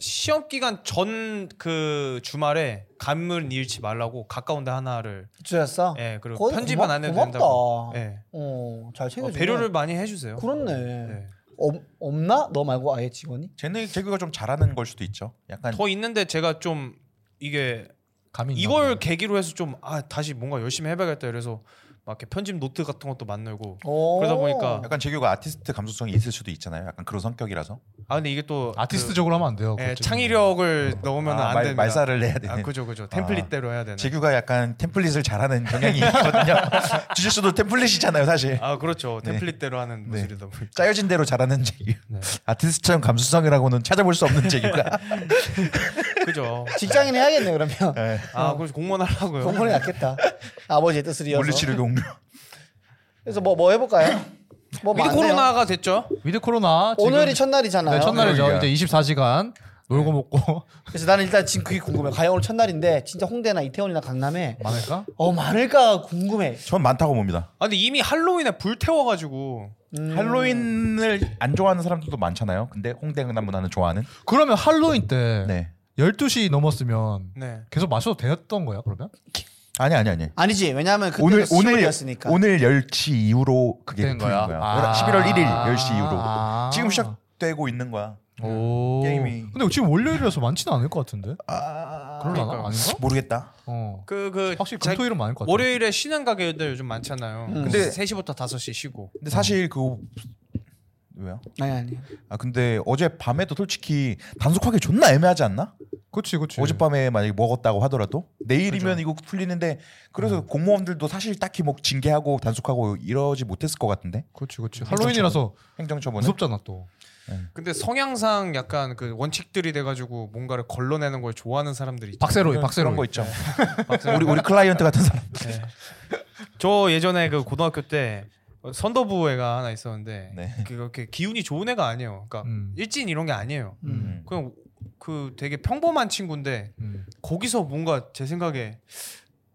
Speaker 1: 시험 기간 전 그 주말에 간물 잃지 말라고 가까운 데 하나를
Speaker 2: 주였어.
Speaker 1: 예 그리고
Speaker 2: 아, 거의
Speaker 1: 편집은 안 해도
Speaker 2: 고맙-
Speaker 1: 된다고
Speaker 2: 고맙다.
Speaker 1: 예
Speaker 2: 어, 잘
Speaker 1: 어,
Speaker 2: 챙겨 주네.
Speaker 1: 배려를 많이 해주세요.
Speaker 2: 그렇네.
Speaker 1: 예.
Speaker 2: 없- 없나? 너 말고 아예 직원이?
Speaker 3: 쟤네 개그가 좀 잘하는 걸 수도 있죠. 약간
Speaker 1: 더 있는데 제가 좀 이게
Speaker 4: 감이 있나
Speaker 1: 이걸
Speaker 4: 보네.
Speaker 1: 계기로 해서 좀 아 다시 뭔가 열심히 해봐야겠다 그래서 막 이렇게 편집 노트 같은 것도 만들고
Speaker 2: 오.
Speaker 1: 그러다 보니까
Speaker 3: 약간 재규가 아티스트 감수성이 있을 수도 있잖아요. 약간 그런 성격이라서
Speaker 1: 아 근데 이게 또
Speaker 4: 아티스트적으로 하면 안 돼요.
Speaker 2: 네,
Speaker 1: 그, 예,
Speaker 4: 그쪽은.
Speaker 1: 창의력을 넣으면
Speaker 3: 그렇죠. 아,
Speaker 1: 안
Speaker 3: 말-
Speaker 1: 됩니다.
Speaker 3: 말살을 해야 되는.
Speaker 1: 아 그죠 네. 그죠 템플릿대로 해야 되는.
Speaker 3: 재규가 약간 템플릿을 잘하는 경향이 있거든요. 주짓수도 템플릿이잖아요, 사실.
Speaker 1: 아 그렇죠
Speaker 3: 네.
Speaker 1: 템플릿대로 하는
Speaker 3: 네.
Speaker 1: 모습이다 보니까.
Speaker 3: 짜여진 대로 잘하는 재규.
Speaker 1: 네.
Speaker 3: 아티스트처럼 감수성이라고는 찾아볼 수 없는 재규가.
Speaker 1: 그죠.
Speaker 2: 직장인 해야겠네 그러면.
Speaker 3: 네.
Speaker 1: 아,
Speaker 4: 어.
Speaker 1: 그래서 공무원 하려고요.
Speaker 2: 공무원이 낫겠다. 아버지의 뜻을 이어서.
Speaker 3: 물리치료 네. 동료.
Speaker 2: 그래서 뭐 뭐 해볼까요? 뭐
Speaker 1: 미드
Speaker 2: 많네요.
Speaker 1: 코로나가 됐죠.
Speaker 4: 위드 코로나 지금-
Speaker 2: 오늘이 첫날이잖아요. 네.
Speaker 4: 네, 첫날이죠.
Speaker 3: 오늘이야.
Speaker 4: 이제 24시간 놀고 먹고 <laughs>
Speaker 2: 그래서 나는 일단 지금 그게 궁금해. 과연 오늘 첫날인데 진짜 홍대나 이태원이나 강남에
Speaker 4: 많을까?
Speaker 2: 어 많을까 궁금해.
Speaker 3: 전 많다고 봅니다.
Speaker 1: 아 근데 이미 할로윈에 불 태워가지고
Speaker 3: 음. 할로윈을 안 좋아하는 사람들도 많잖아요. 근데 홍대 강남 문화는 좋아하는.
Speaker 4: 그러면 할로윈 때
Speaker 3: 네.
Speaker 4: 12시 넘었으면
Speaker 1: 네.
Speaker 4: 계속 마셔도 되었던 거야 그러면?
Speaker 3: 아니 아니 아니.
Speaker 2: 아니지 왜냐하면 그때
Speaker 3: 오늘 오늘
Speaker 2: 10월이었으니까
Speaker 3: 오늘 10시 이후로 그게
Speaker 4: 된
Speaker 3: 풀린
Speaker 4: 거야.
Speaker 3: 거야.
Speaker 4: 아.
Speaker 3: 11월 1일 10시 이후로
Speaker 4: 아.
Speaker 3: 지금 시작되고 있는 거야.
Speaker 4: 오.
Speaker 3: 게임이.
Speaker 4: 근데 지금 월요일이라서 많지는 않을 것 같은데.
Speaker 3: 아...
Speaker 4: 그러려나?
Speaker 1: 그러니까요.
Speaker 4: 아닌가?
Speaker 3: 모르겠다.
Speaker 4: 어.
Speaker 1: 그, 그,
Speaker 4: 확실히
Speaker 1: 자-
Speaker 4: 금토일은 많을 것 음. 네. 같아.
Speaker 1: 월요일에 쉬는 가게들 요즘 많잖아요. 근데
Speaker 3: 근데-
Speaker 1: 3시부터 5시 쉬고.
Speaker 3: 근데 사실 그 왜요?
Speaker 2: 아니 아니
Speaker 3: 아 근데 어제 밤에도 솔직히 단속하기 존나 애매하지 않나?
Speaker 4: 그렇지, 그렇지.
Speaker 3: 어젯밤에 만약에 먹었다고 하더라도 내일이면 이거 풀리는데 그래서 공무원들도 사실 딱히 뭐 징계하고 단속하고 이러지 못했을 것 같은데
Speaker 4: 그렇죠, 그렇지, 그렇지. 할로윈이라서
Speaker 3: 행정처분은
Speaker 4: 무섭잖아 또.
Speaker 1: 근데 성향상 약간 그 원칙들이 돼가지고 뭔가를 걸러내는 걸 좋아하는 사람들이 있죠.
Speaker 4: 박세로이, 네.
Speaker 3: 그런
Speaker 4: 박세로이.
Speaker 3: 거 있죠. <laughs> 우리 우리 클라이언트 같은 사람.
Speaker 1: 저 예전에 그 고등학교 때 선도부 애가 하나 있었는데
Speaker 3: 네.
Speaker 1: 그렇게 기운이 좋은 애가 아니에요. 그러니까
Speaker 4: 음.
Speaker 1: 일진 이런 게 아니에요.
Speaker 3: 음.
Speaker 1: 그냥 그 되게 평범한 친구인데
Speaker 4: 음.
Speaker 1: 거기서 뭔가 제 생각에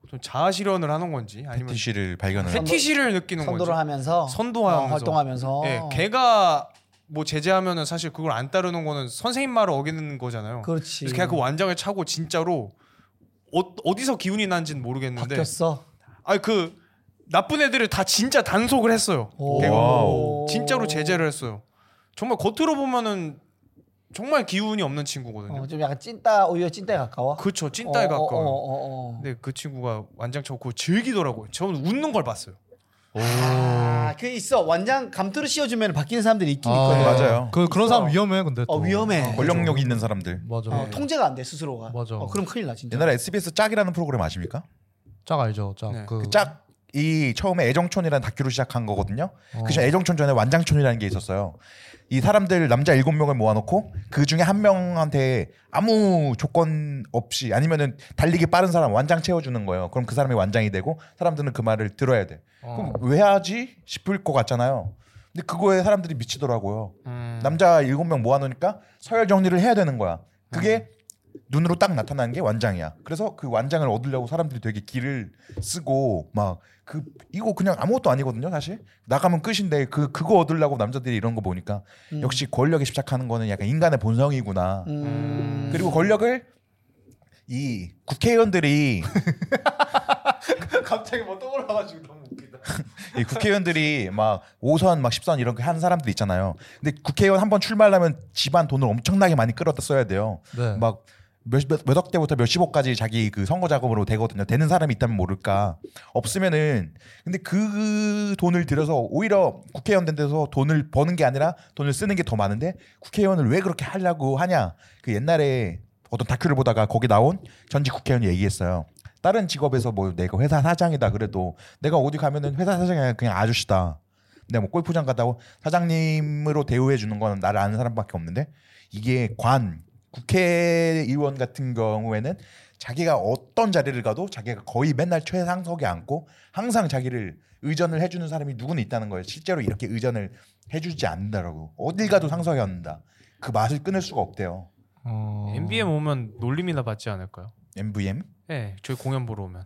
Speaker 1: 좀 자아실현을 하는 건지 아니면
Speaker 3: 티시를 발견을.
Speaker 2: 선도-
Speaker 1: 패티시를 느끼는
Speaker 2: 선도를
Speaker 1: 건지
Speaker 2: 하면서
Speaker 1: 선도하면서.
Speaker 2: 어, 활동하면서
Speaker 1: 예, 걔가 뭐 제재하면은 사실 그걸 안 따르는 거는 선생님 말을 어기는 거잖아요. 그
Speaker 2: 그렇지
Speaker 1: 래서 걔가 그 완장을 차고 진짜로 어, 디서 기운이 난지는 모르겠는데
Speaker 2: 바뀌었어
Speaker 1: 아니 그 나쁜 애들을 다 진짜 단속을 했어요.
Speaker 2: 오.
Speaker 1: 걔가
Speaker 3: 와우.
Speaker 1: 진짜로 제재를 했어요. 정말 겉으로 보면은 정말 기운이 없는 친구거든요.
Speaker 2: 어, 좀 약간 찐따 오히려 찐따에 가까워
Speaker 1: 그쵸 찐따에
Speaker 2: 어, 어,
Speaker 1: 가까워.
Speaker 2: 어, 어, 어.
Speaker 1: 근데 그 친구가 완장 쳐고 즐기더라고요. 저는 웃는 걸 봤어요.
Speaker 2: 아, 그 있어 완장 감투를 씌워주면 바뀌는 사람들이 있긴
Speaker 3: 네,
Speaker 2: 있거든
Speaker 3: 맞아요.
Speaker 4: 그 그런 사람
Speaker 2: 있어.
Speaker 4: 위험해 근데. 또.
Speaker 2: 어, 위험해.
Speaker 3: 권력력 있는 사람들.
Speaker 4: 맞아.
Speaker 2: 어, 통제가 안 돼 스스로가
Speaker 4: 예. 맞아.
Speaker 2: 어, 그럼 큰일 나 진짜
Speaker 3: 옛날에 SBS 짝이라는 프로그램 아십니까?
Speaker 4: 짝 알죠, 짝.
Speaker 1: 네.
Speaker 4: 그,
Speaker 3: 그 짝이 처음에 애정촌이라는 다큐로 시작한 거거든요.
Speaker 4: 어.
Speaker 3: 그 전에 애정촌 전에 완장촌이라는 게 있었어요. 이 사람들 남자 일곱 명을 모아놓고 그 중에 한 명한테 아무 조건 없이 아니면은 달리기 빠른 사람 완장 채워주는 거예요. 그럼 그 사람이 완장이 되고 사람들은 그 말을 들어야 돼. 그럼 왜 하지 싶을 것 같잖아요. 근데 그거에 사람들이 미치더라고요. 남자 일곱 명 모아놓으니까 서열 정리를 해야 되는 거야. 그게 눈으로 딱 나타난 게 완장이야. 그래서 그 완장을 얻으려고 사람들이 되게 길을 쓰고 막 그 이거 그냥 아무것도 아니거든요, 사실. 나가면 끝인데 그 그거 얻으려고 남자들이 이런 거 보니까 역시 권력에 집착하는 거는 약간 인간의 본성이구나.
Speaker 2: 음...
Speaker 3: 그리고 권력을 이 국회의원들이
Speaker 1: <laughs> 갑자기 뭐 떠올라가지고 너무 웃기다.
Speaker 3: <laughs> 이 국회의원들이 막 5선 막 10선 이런 거 하는 사람들 있잖아요. 근데 국회의원 한 번 출마하려면 집안 돈을 엄청나게 많이 끌어다 써야 돼요.
Speaker 4: 네.
Speaker 3: 막 몇억 몇, 몇 억 대부터 몇십억까지 자기 그 선거 작업으로 되거든요. 되는 사람이 있다면 모를까. 없으면은 근데 그 돈을 들여서 오히려 국회의원 된 데서 돈을 버는 게 아니라 돈을 쓰는 게 더 많은데 국회의원을 왜 그렇게 하려고 하냐. 그 옛날에 어떤 다큐를 보다가 거기 나온 전직 국회의원이 얘기했어요. 다른 직업에서 뭐 내가 회사 사장이다 그래도 내가 어디 가면은 회사 사장이 아니라 그냥 아저씨다. 내가 뭐 골프장 갔다고 사장님으로 대우해 주는 건 나를 아는 사람밖에 없는데 이게 관 국회의원 같은 경우에는 자기가 어떤 자리를 가도 자기가 거의 맨날 최상석에 앉고 항상 자기를 의전을 해주는 사람이 누구는 있다는 거예요. 실제로 이렇게 의전을 해주지 않는다라고 어딜 가도 상석에 앉는다. 그 맛을 끊을 수가 없대요.
Speaker 4: 어...
Speaker 1: MBM 오면 놀림이나 받지 않을까요?
Speaker 3: MVM?
Speaker 1: 예, 저희 공연 보러 오면.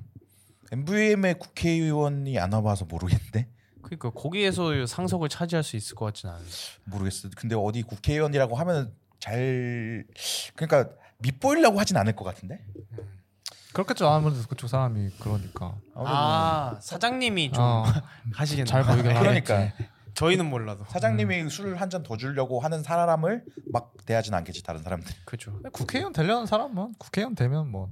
Speaker 3: MVM의 국회의원이 안 와봐서 모르겠는데
Speaker 1: 그러니까 거기에서 상석을 차지할 수 있을 것 같진 않아요.
Speaker 3: 모르겠어. 근데 어디 국회의원이라고 하면 잘 그러니까 밑보이려고 하진 않을 것 같은데.
Speaker 4: 그렇겠죠 아무래도 그쪽 사람이 그러니까.
Speaker 3: 아무래도
Speaker 1: 사장님이
Speaker 4: 어, <laughs>
Speaker 1: 하시겠네.
Speaker 4: 잘 보이게
Speaker 3: 그러니까
Speaker 1: 예. 저희는 몰라도.
Speaker 3: 사장님이 술 한 잔 더 주려고 하는 사람을 막 대하진 않겠지 다른 사람들.
Speaker 4: 어.
Speaker 1: 그죠.
Speaker 4: 국회의원 되려는 사람은 국회의원 되면 뭐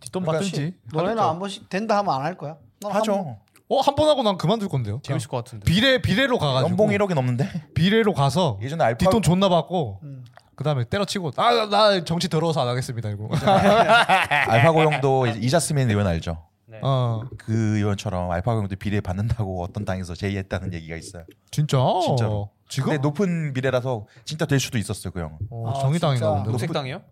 Speaker 4: 뒷돈
Speaker 3: 그러니까
Speaker 4: 받든지.
Speaker 2: 너네는 안 보시 된다 하면 안 할 거야 넌 한번-
Speaker 3: 하죠.
Speaker 4: 어 한 번 하고 난 그만둘 건데요.
Speaker 1: 재밌을 것 같은데.
Speaker 4: 비례 비례로 가가지고
Speaker 3: 연봉 1억이 넘는데 <laughs>
Speaker 4: 비례로 가서
Speaker 3: 예전에 알파
Speaker 4: 뒷돈 존나 받고
Speaker 2: 음.
Speaker 4: 그다음에 때려치고 아 나 정치 더러워서 안 하겠습니다 이거.
Speaker 3: 아, 알파고 형도 이제 이자스민 의원 알죠?
Speaker 4: <laughs> 어
Speaker 3: 그 의원처럼 알파고 형도 비례 받는다고 어떤 당에서 제의했다는 얘기가 있어요.
Speaker 4: 진짜.
Speaker 3: 진짜로.
Speaker 4: 지금
Speaker 3: 근데 높은 비례라서 진짜 될 수도 있었어요, 그 형.
Speaker 4: 어,
Speaker 2: 아,
Speaker 4: 정의당인가
Speaker 2: 진짜.
Speaker 4: 본데.
Speaker 1: 녹색당이요?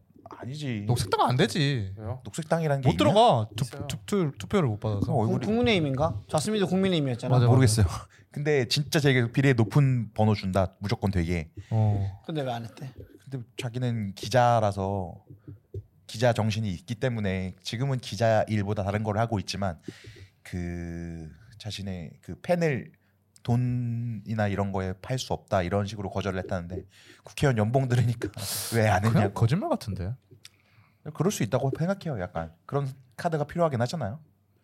Speaker 3: 아니지. 녹색
Speaker 4: 녹색당 안 되지.
Speaker 1: 왜요?
Speaker 3: 녹색당이라는 게
Speaker 4: 못 들어가 투,
Speaker 1: 있어요.
Speaker 4: 투, 투, 투표를 못 받아서.
Speaker 3: 있나?
Speaker 2: 국-
Speaker 3: 얼굴이
Speaker 2: 국민의힘인가? 자스민도 국민의힘이었잖아
Speaker 4: 맞아.
Speaker 3: 모르겠어요. <laughs> 근데 진짜 제게 비례 높은 번호 준다. 무조건 되게.
Speaker 4: 어.
Speaker 2: 근데 왜 안 했대?
Speaker 3: 근데 자기는 기자라서 기자 정신이 있기 때문에 지금은 기자 일보다 다른 걸 하고 있지만 그 자신의 그 팬을 돈이나 이런 거에 팔 수 없다 이런 식으로 거절을 했다는데 국회의원 연봉 들으니까 <laughs> 왜 안
Speaker 4: 그냥
Speaker 3: 했냐고
Speaker 4: 거짓말 같은데.
Speaker 3: 그럴 수 있다고 생각해요 약간 그런 카드가 필요하긴 하잖아요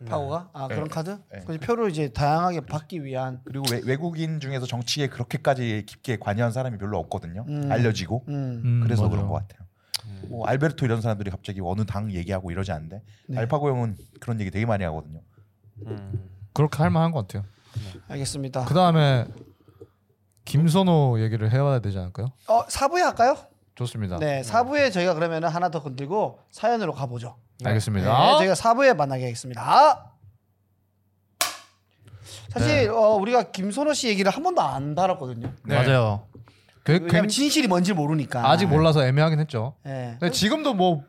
Speaker 2: 파고가 아 그런
Speaker 3: 네.
Speaker 2: 카드?
Speaker 3: 네.
Speaker 2: 그 표를 이제 다양하게 받기 위한
Speaker 3: 그리고 외, 외국인 중에서 정치에 그렇게까지 깊게 관여한 사람이 별로 없거든요
Speaker 2: 음.
Speaker 3: 알려지고
Speaker 2: 음.
Speaker 4: 음,
Speaker 3: 그래서
Speaker 4: 맞아요.
Speaker 3: 그런 것 같아요
Speaker 1: 음.
Speaker 3: 뭐 알베르토 이런 사람들이 갑자기 어느 당 얘기하고 이러지 않는데
Speaker 2: 네.
Speaker 3: 알파고 형은 그런 얘기 되게 많이 하거든요
Speaker 1: 음.
Speaker 4: 그렇게 할 만한 것 같아요.
Speaker 2: 알겠습니다.
Speaker 4: 그 다음에 김선호 얘기를 해봐야 되지 않을까요?
Speaker 2: 어 사부에 할까요?
Speaker 4: 좋습니다.
Speaker 2: 네 사부에 저희가 그러면 하나 더 건들고 사연으로 가보죠. 네,
Speaker 4: 알겠습니다.
Speaker 2: 저희가 사부에 만나겠습니다.
Speaker 4: 네.
Speaker 2: 사실 어, 우리가 김선호 씨 얘기를 한 번도 안 다뤘거든요.
Speaker 4: 맞아요. 네. 그,
Speaker 2: 왜냐면
Speaker 4: 굉장히
Speaker 2: 진실이 뭔지 모르니까.
Speaker 4: 아직 몰라서 애매하긴 했죠.
Speaker 2: 예.
Speaker 4: 근데 지금도 뭐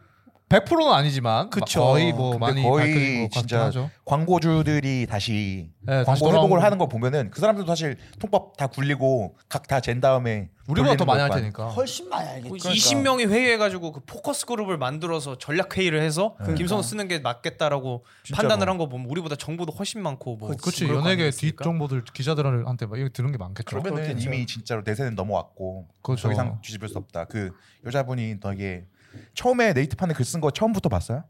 Speaker 4: 100%는 아니지만
Speaker 2: 그쵸.
Speaker 4: 거의 뭐
Speaker 3: 근데
Speaker 4: 많이
Speaker 3: 거의
Speaker 4: 거의
Speaker 3: 진짜
Speaker 4: 진짜 죠
Speaker 3: 광고주들이 다시
Speaker 4: 네, 다시
Speaker 3: 광고 회복을
Speaker 4: 돌아온-
Speaker 3: 하는 걸 보면은 그 사람들도 사실 통법 다 굴리고 각 다 잰 다음에
Speaker 4: 우리보다 더
Speaker 3: 돌리는
Speaker 4: 많이 할
Speaker 3: 것만.
Speaker 4: 테니까.
Speaker 2: 훨씬 많이 알겠죠.
Speaker 1: 그
Speaker 4: 그러니까.
Speaker 1: 20명이 회의해가지고 그 포커스 그룹을 만들어서 전략 회의를 해서
Speaker 4: 네. 그러니까.
Speaker 1: 김성호 쓰는 게 맞겠다라고 판단을 한 거 보면 우리보다 정보도 훨씬 많고 뭐
Speaker 4: 그렇지
Speaker 1: 그럴 거
Speaker 4: 연예계 뒷
Speaker 1: 아니겠습니까?
Speaker 4: 정보들 기자들한테 막 이거 들은 게 많겠죠.
Speaker 3: 그러면은 이미 진짜로 내세는 넘어왔고
Speaker 4: 그렇죠.
Speaker 3: 더 이상 뒤집을 수 없다. 그 여자분이 되게 처음에 네이트판에 글 쓴 거 처음부터 봤어요?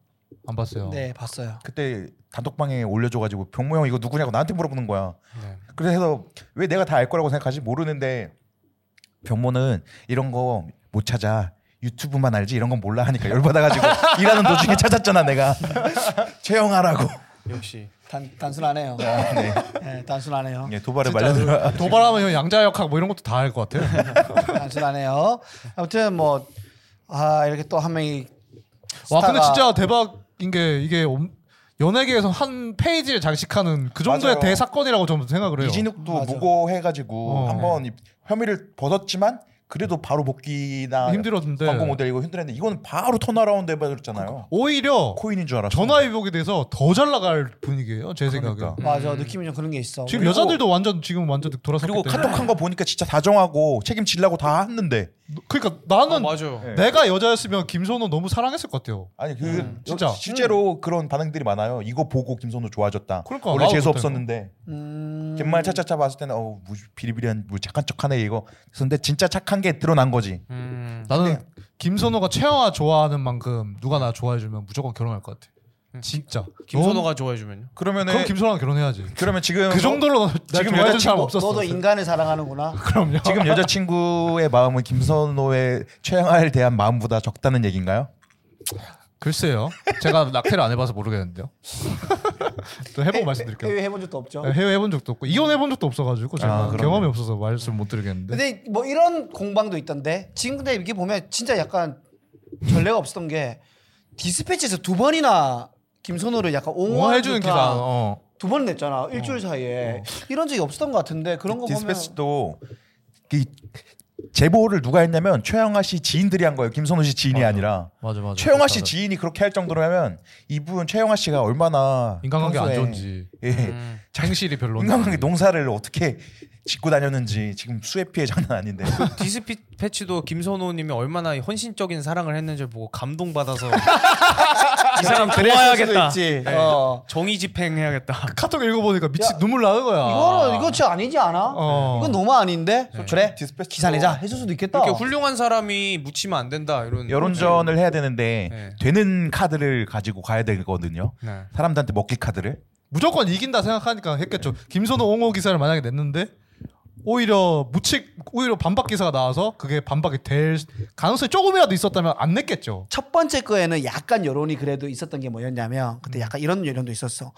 Speaker 4: 안 봤어요.
Speaker 2: 네 봤어요.
Speaker 3: 그때 단톡방에 올려줘가지고 병모 형 이거 누구냐고 나한테 물어보는 거야.
Speaker 1: 네.
Speaker 3: 그래서 왜 내가 다 알 거라고 생각하지 모르는데 병모는 이런 거 못 찾아 유튜브만 알지 이런 건 몰라 하니까 열받아가지고
Speaker 4: <laughs>
Speaker 3: 일하는 도중에 찾았잖아 내가 채용하라고
Speaker 1: 역시
Speaker 2: 단 단순하네요. 예, 단순하네요.
Speaker 3: 예, 도발을 말려들어
Speaker 4: <laughs> 도발하면 형 양자역학 뭐 이런 것도 다 할 것 같아요.
Speaker 2: 단순하네요. 아무튼 뭐 아 이렇게 또 한 명이
Speaker 4: 와 근데
Speaker 2: 스타가-
Speaker 4: 진짜 대박인 게 이게 엄- 연예계에서 한 페이지를 장식하는 그 정도의
Speaker 3: 맞아요.
Speaker 4: 대사건이라고 저는 생각을 해요.
Speaker 3: 이진욱도
Speaker 2: 맞아.
Speaker 3: 무고해가지고
Speaker 4: 어.
Speaker 3: 한번 이- 혐의를 벗었지만 그래도 바로 복귀나
Speaker 4: 힘들었는데.
Speaker 3: 광고 모델이고 힘들었는데 이거는 바로 턴어라운드 해버렸잖아요
Speaker 4: 오히려
Speaker 3: 코인인 줄 알았어
Speaker 4: 전화 위복이 돼서 더 잘 나갈 분위기예요. 제 생각에.
Speaker 3: 그러니까.
Speaker 2: 맞아 느낌이 좀 그런 게 있어.
Speaker 4: 지금
Speaker 2: 그리고
Speaker 4: 여자들도 완전 지금 완전 돌아섰기
Speaker 1: 그리고
Speaker 4: 때문에.
Speaker 3: 카톡한 거 보니까 진짜 다정하고 책임지려고 다 했는데
Speaker 4: 그러니까
Speaker 1: 아,
Speaker 4: 나는
Speaker 1: 맞아요.
Speaker 3: 네.
Speaker 4: 내가 여자였으면 김선호 너무 사랑했을 것 같아요.
Speaker 3: 아니 그
Speaker 1: 음,
Speaker 4: 진짜.
Speaker 3: 실제로 그런 반응들이 많아요. 이거 보고 김선우 좋아졌다.
Speaker 4: 그러니까,
Speaker 3: 원래
Speaker 4: 나도
Speaker 3: 재수
Speaker 4: 그랬다니까.
Speaker 3: 없었는데
Speaker 2: 음...
Speaker 3: 갯말 차차차 봤을 때는 어우 무- 비리비리한 뭐 착한 척하네 이거. 그런데 진짜 착한 게 드러난 거지.
Speaker 1: 음.
Speaker 4: 나는 김선호가 채영아 좋아하는 만큼 누가 나 좋아해주면 무조건 결혼할 것 같아. 진짜.
Speaker 1: 김선호가 좋아해주면요.
Speaker 3: 그러면은
Speaker 4: 그럼 김선호랑 결혼해야지.
Speaker 3: 그러면 지금
Speaker 4: 그 정도로 나
Speaker 3: 지금
Speaker 4: 좋아해준 사람
Speaker 3: 여자친구-
Speaker 4: 없었어.
Speaker 2: 뭐, 너도 인간을 사랑하는구나.
Speaker 4: <laughs> 그럼요.
Speaker 3: 어, 지금 여자친구의 <laughs> 마음은 김선호의 최양아에 대한 마음보다 적다는 얘기인가요?
Speaker 4: 글쎄요. 제가 낙태를 안 해봐서 모르겠는데요. <laughs> 또 해보고 말씀드릴게요. 네,
Speaker 2: 해외 네, 해본 적도 없죠.
Speaker 4: 해외 해본 적도 없고 이혼해본 적도 없어가지고 제가
Speaker 3: 아, 그러네.
Speaker 4: 경험이 없어서 말씀 못 드리겠는데.
Speaker 2: 근데 뭐 이런 공방도 있던데 지금 근데 이게 보면 진짜 약간 전례가 없었던 게 디스패치에서 두 번이나 김선호를 약간
Speaker 4: 뭐 옹호해주는
Speaker 2: 옹호해주는
Speaker 4: 기사.
Speaker 2: 기사
Speaker 4: 어.
Speaker 2: 두 번 냈잖아 일주일 사이에 이런 적이 없었던 것 같은데 그런 거 보면
Speaker 3: 디스패스도 이 제보를 누가 했냐면 최양아 씨 지인들이 한 거예요. 김선우 씨 지인이
Speaker 4: 맞아.
Speaker 3: 아니라
Speaker 4: 맞아 맞아.
Speaker 3: 최영아 씨 지인이 그렇게 할 정도라면 이분 최영아 씨가 얼마나
Speaker 4: 인간관계 안
Speaker 3: 평소에
Speaker 4: 좋은지
Speaker 3: 예,
Speaker 4: 행실이 별로.
Speaker 3: 인간관계 농사를 어떻게 짓고 다녔는지 지금 수해 피해 장난 아닌데
Speaker 1: <laughs> 디스피 패치도 김선호님이 얼마나 헌신적인 사랑을 했는지 보고 <laughs> 감동받아서 이 사람 도와야겠다.
Speaker 4: 예,
Speaker 2: 있지.
Speaker 3: 네.
Speaker 2: 어.
Speaker 1: 정의 집행해야겠다.
Speaker 4: 카톡 읽어보니까 미치 눈물 나는 거야.
Speaker 1: 아.
Speaker 2: 이거는 이거 진짜 아니지 않아?
Speaker 4: 어.
Speaker 2: 이건 너무 아닌데 그래
Speaker 3: 디스패치
Speaker 2: 기사 내자 해줄 수도 있겠다.
Speaker 1: 네. 이렇게 훌륭한 사람이 묻히면 안 된다 이런
Speaker 3: 여론전을 해야 되는데
Speaker 1: 네.
Speaker 3: 되는 카드를 가지고 가야 되거든요.
Speaker 1: 네.
Speaker 3: 사람들한테 먹기 카드를
Speaker 4: 무조건 이긴다 생각하니까 했겠죠. 김선호 옹호 기사를 만약에 냈는데 오히려 무칙 오히려 반박 기사가 나와서 그게 반박이 될 가능성이 조금이라도 있었다면 안 냈겠죠.
Speaker 2: 첫 번째 거에는 약간 여론이 그래도 있었던 게 뭐였냐면
Speaker 1: 음.
Speaker 2: 그때 약간 이런 여론도 있었어.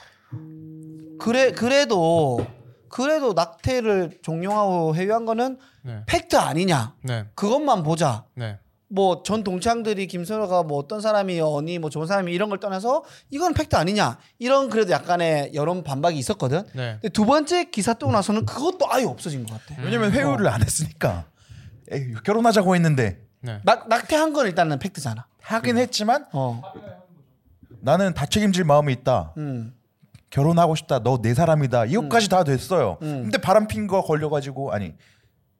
Speaker 2: 그래 그래도 그래도 낙태를 종용하고 해유한 거는
Speaker 1: 네.
Speaker 2: 팩트 아니냐?
Speaker 1: 네.
Speaker 2: 그것만 보자.
Speaker 1: 네.
Speaker 2: 뭐 전 동창들이 김선호가 뭐 어떤 사람이 어니 뭐 좋은 사람이 이런 걸 떠나서 이건 팩트 아니냐? 이런 그래도 약간의 여론 반박이 있었거든.
Speaker 1: 네.
Speaker 2: 근데 두 번째 기사 뜨고 나서는 그것도 아예 없어진 것 같아.
Speaker 1: 음.
Speaker 3: 왜냐면 회유를 안 했으니까 에이, 결혼하자고 했는데
Speaker 1: 네.
Speaker 2: 낙 낙태한 건 일단은 팩트잖아.
Speaker 3: 하긴 했지만
Speaker 2: 어,
Speaker 3: 나는 다 책임질 마음이 있다.
Speaker 2: 음,
Speaker 3: 결혼하고 싶다. 너 내 사람이다. 이것까지 다 됐어요.
Speaker 2: 음.
Speaker 3: 근데 바람 핀 거 걸려가지고 아니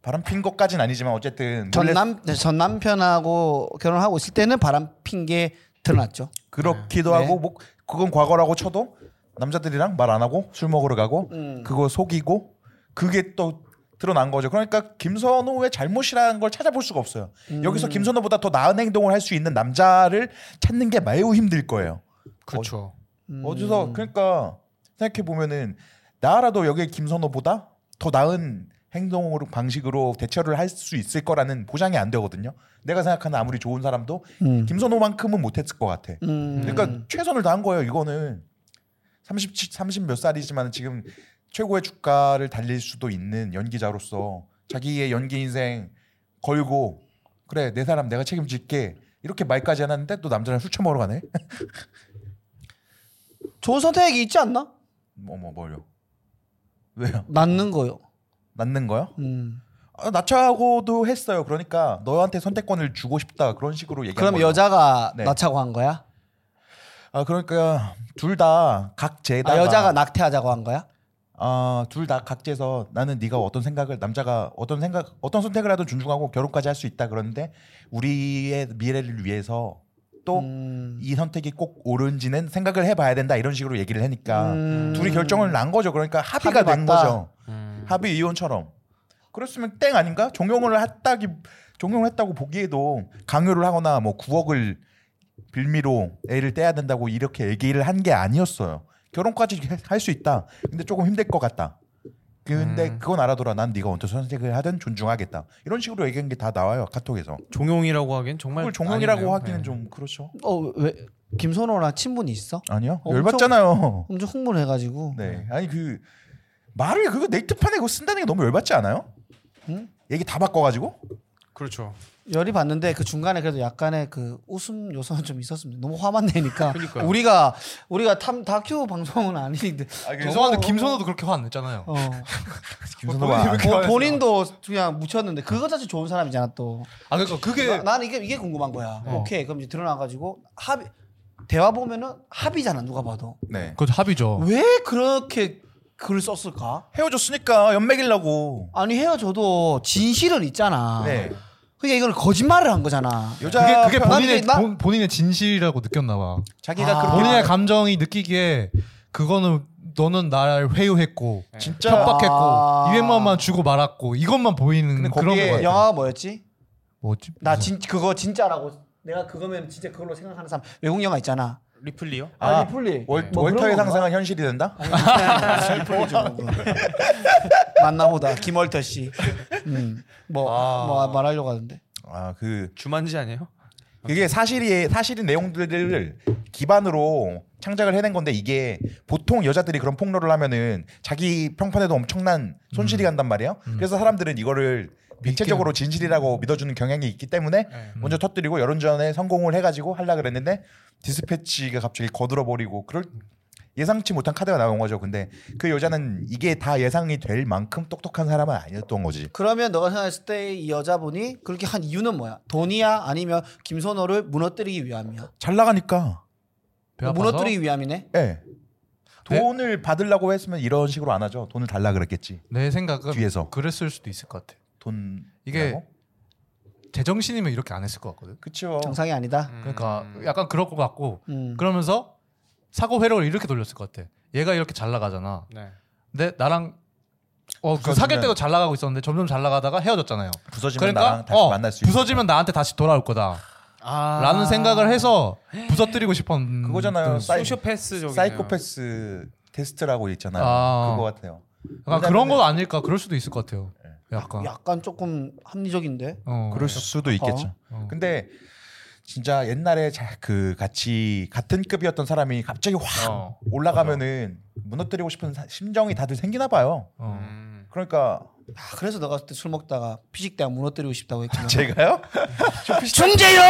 Speaker 3: 바람 핀 것까진 아니지만 어쨌든 몰래
Speaker 2: 전남 네, 전 남편하고 결혼하고 있을 때는 바람 핀 게 드러났죠.
Speaker 3: 그렇기도
Speaker 2: 네.
Speaker 3: 하고 뭐 그건 과거라고 쳐도 남자들이랑 말 안 하고 술 먹으러 가고
Speaker 2: 음.
Speaker 3: 그거 속이고 그게 또 드러난 거죠. 그러니까 김선호의 잘못이라는 걸 찾아볼 수가 없어요. 음.
Speaker 2: 음.
Speaker 3: 여기서 김선호보다 더 나은 행동을 할 수 있는 남자를 찾는 게 매우 힘들 거예요.
Speaker 1: 그렇죠.
Speaker 2: 음.
Speaker 3: 어디서 그러니까 생각해 보면은 나라도 여기 김선호보다 더 나은 행동으로 방식으로 대처를 할 수 있을 거라는 보장이 안 되거든요. 내가 생각하는 아무리 좋은 사람도
Speaker 2: 음.
Speaker 3: 김선호만큼은 못했을 것 같아.
Speaker 2: 음.
Speaker 3: 그러니까 최선을 다한 거예요. 이거는 30, 30 몇 살이지만 지금 최고의 주가를 달릴 수도 있는 연기자로서 자기의 연기 인생 걸고 그래 내 사람 내가 책임질게 이렇게 말까지 해놨는데 또 남자랑 술 처먹으러 가네. <laughs>
Speaker 2: 좋은 선택이 있지 않나?
Speaker 3: 어머 뭐요? 왜요?
Speaker 2: 낳는 거요.
Speaker 3: 낳는 거요?
Speaker 2: 음.
Speaker 3: 아, 낳자고도 했어요. 그러니까 너한테 선택권을 주고 싶다 그런 식으로 얘기한
Speaker 2: 그럼
Speaker 3: 거예요.
Speaker 2: 여자가
Speaker 3: 네.
Speaker 2: 낳자고 한 거야?
Speaker 3: 아 그러니까 둘 다
Speaker 2: 아,
Speaker 3: 각제다가
Speaker 2: 여자가 낙태하자고 한 거야?
Speaker 3: 아, 둘 다 각제서 나는 네가 어떤 생각을 남자가 어떤 생각 어떤 선택을 하든 존중하고 결혼까지 할 수 있다 그러는데 우리의 미래를 위해서 또 이
Speaker 2: 음.
Speaker 3: 선택이 꼭 옳은지는 생각을 해봐야 된다 이런 식으로 얘기를
Speaker 2: 음.
Speaker 3: 하니까 그러니까 둘이 결정을 난 거죠. 그러니까 합의가
Speaker 2: 합의
Speaker 3: 된
Speaker 2: 맞다.
Speaker 3: 거죠.
Speaker 1: 음.
Speaker 3: 합의 이혼처럼. 그랬으면 땡 아닌가? 종용을 했다기 종용을 했다고 보기에도 강요를 하거나 뭐 9억을 빌미로 애를 떼야 된다고 이렇게 얘기를 한 게 아니었어요. 결혼까지 할 수 있다. 근데 조금 힘들 것 같다. 근데
Speaker 1: 음.
Speaker 3: 그건 알아둬라. 난 네가 어떤 선택을 하든 존중하겠다. 이런 식으로 얘기한 게 다 나와요 카톡에서.
Speaker 1: 종용이라고 하긴 정말
Speaker 3: 그걸 종용이라고
Speaker 1: 아니네요.
Speaker 3: 하기는
Speaker 1: 네.
Speaker 3: 좀 그렇죠.
Speaker 2: 어, 왜 김선호랑 친분이 있어?
Speaker 3: 아니요.
Speaker 2: 엄청-
Speaker 3: 열받잖아요.
Speaker 1: <laughs>
Speaker 2: 엄청 흥분해 가지고.
Speaker 3: 네. 아니 그 말을 그거 네이트판에 그거 쓴다는 게 너무 열받지 않아요?
Speaker 2: 응?
Speaker 3: 얘기 다 바꿔가지고?
Speaker 1: 그렇죠.
Speaker 2: 열이 받는데 그 중간에 그래도 약간의 그 웃음 요소는 좀 있었으면 너무 화만
Speaker 3: <laughs>
Speaker 2: 내니까
Speaker 1: 그러니까요.
Speaker 2: 우리가 우리가 탐 다큐 방송은 아닌데
Speaker 4: 죄송한데
Speaker 2: 너무-
Speaker 4: 김선호도 그렇게 화 안 냈잖아요.
Speaker 2: 어. 뭐
Speaker 3: 김선호가 안-
Speaker 2: 본- 본인도 그냥 묻혔는데 그거 자체 좋은 사람이잖아 또
Speaker 4: 아 그러니까 그게
Speaker 2: 나- 나는 이게 이게 궁금한 거야
Speaker 4: 어.
Speaker 2: 오케이 그럼 이제 드러나가지고 합의 대화 보면은 합의잖아 누가 봐도
Speaker 3: 네.
Speaker 4: 그 합의죠.
Speaker 2: 왜 그렇게 글을 썼을까
Speaker 3: 헤어졌으니까 연맥이려고.
Speaker 2: 아니 헤어져도 진실은 있잖아
Speaker 3: 네.
Speaker 2: 그러니까 이걸 거짓말을 한 거잖아
Speaker 3: 여자
Speaker 4: 그게 그게
Speaker 3: 편-
Speaker 2: 난
Speaker 4: 본인의
Speaker 2: 이게 나-
Speaker 4: 본, 본인의 진실이라고 느꼈나 봐.
Speaker 3: 자기가
Speaker 2: 아.
Speaker 3: 그렇게
Speaker 4: 본인의 감정이 느끼기에 그거는 너는 나를 회유했고
Speaker 3: 네. 진짜
Speaker 4: 협박했고
Speaker 2: 아.
Speaker 4: 200만 원만 주고 말았고 이것만 보이는
Speaker 3: 근데
Speaker 4: 그런
Speaker 3: 거기에
Speaker 4: 거 같아.
Speaker 2: 영화가 뭐였지
Speaker 4: 뭐지?
Speaker 2: 나 진 그거 진짜라고 내가 그거면 진짜 그걸로 생각하는 사람 외국 영화 있잖아
Speaker 1: 리플리요?
Speaker 3: 아,
Speaker 2: 리플리
Speaker 3: 월,
Speaker 2: 뭐
Speaker 3: 월터의
Speaker 2: 그런
Speaker 3: 상상은 현실이 된다?
Speaker 2: 건가? 리플리 좀 만나보다 김월터 씨뭐뭐 음. 뭐, 말하려고 하는데
Speaker 3: 아, 그
Speaker 1: 주만지 아니에요?
Speaker 3: 그게 사실이 사실인 내용들을 기반으로 창작을 해낸 건데 이게 보통 여자들이 그런 폭로를 하면은 자기 평판에도 엄청난 손실이 간단 말이에요. 그래서 사람들은 이거를 대체적으로 진실이라고 믿어주는 경향이 있기 때문에 음.
Speaker 1: 네.
Speaker 3: 먼저 터뜨리고 여론전에 성공을 해가지고 하려 그랬는데 디스패치가 갑자기 거들어버리고 그럴 예상치 못한 카드가 나온 거죠. 근데 그 여자는 이게 다 예상이 될 만큼 똑똑한 사람은 아니었던 거지.
Speaker 2: 그러면 너가 생각했을 때 이 여자분이 그렇게 한 이유는 뭐야 돈이야 아니면 김선호를 무너뜨리기 위함이야 뭐
Speaker 3: 잘 나가니까.
Speaker 4: 배 아파서?
Speaker 2: 무너뜨리기 위함이네
Speaker 3: 예. 돈을 받으려고 했으면 이런 식으로 안 하죠. 돈을 달라 그랬겠지.
Speaker 4: 내 생각은
Speaker 3: 뒤에서.
Speaker 4: 그랬을 수도 있을 것 같아.
Speaker 3: 돈
Speaker 4: 이게 제정신이면 이렇게 안 했을 것 같거든.
Speaker 3: 그렇죠.
Speaker 2: 정상이 아니다
Speaker 1: 음.
Speaker 4: 그러니까
Speaker 3: 음.
Speaker 4: 약간 그럴 것 같고
Speaker 2: 음.
Speaker 4: 그러면서 사고 회로를 이렇게 돌렸을 것 같아. 얘가 이렇게 잘 나가잖아.
Speaker 1: 네.
Speaker 4: 근데 나랑 어, 그
Speaker 3: 부서지면-
Speaker 4: 사귈 때도 잘 나가고 있었는데 점점 잘 나가다가 헤어졌잖아요.
Speaker 3: 부서지면
Speaker 4: 그러니까
Speaker 3: 나랑 다시
Speaker 4: 어,
Speaker 3: 만날 수 있는
Speaker 4: 부서지면 나한테 다시 돌아올 거다.
Speaker 1: 아,
Speaker 4: 라는 생각을 해서 부서뜨리고 싶은
Speaker 3: 그거잖아요.
Speaker 4: 음,
Speaker 3: 사이,
Speaker 1: 소시오패스적인
Speaker 3: 사이코패스 테스트라고 있잖아요.
Speaker 4: 아.
Speaker 3: 그거 같아요.
Speaker 4: 약간 그런 건 아닐까 그럴 수도 있을 것 같아요. 약간.
Speaker 2: 약간 조금 합리적인데
Speaker 4: 어.
Speaker 3: 그럴 수도 있겠죠.
Speaker 4: 어.
Speaker 3: 근데 진짜 옛날에 자- 그 같이 같은 급이었던 사람이 갑자기 확
Speaker 4: 어.
Speaker 3: 올라가면은 무너뜨리고 싶은 사- 심정이 다들 생기나 봐요.
Speaker 4: 어.
Speaker 1: 음.
Speaker 3: 그러니까
Speaker 2: 아, 그래서 너가 그때 술 먹다가 피식대학 무너뜨리고 싶다고 했구나 <laughs>
Speaker 3: 제가요?
Speaker 2: 중재용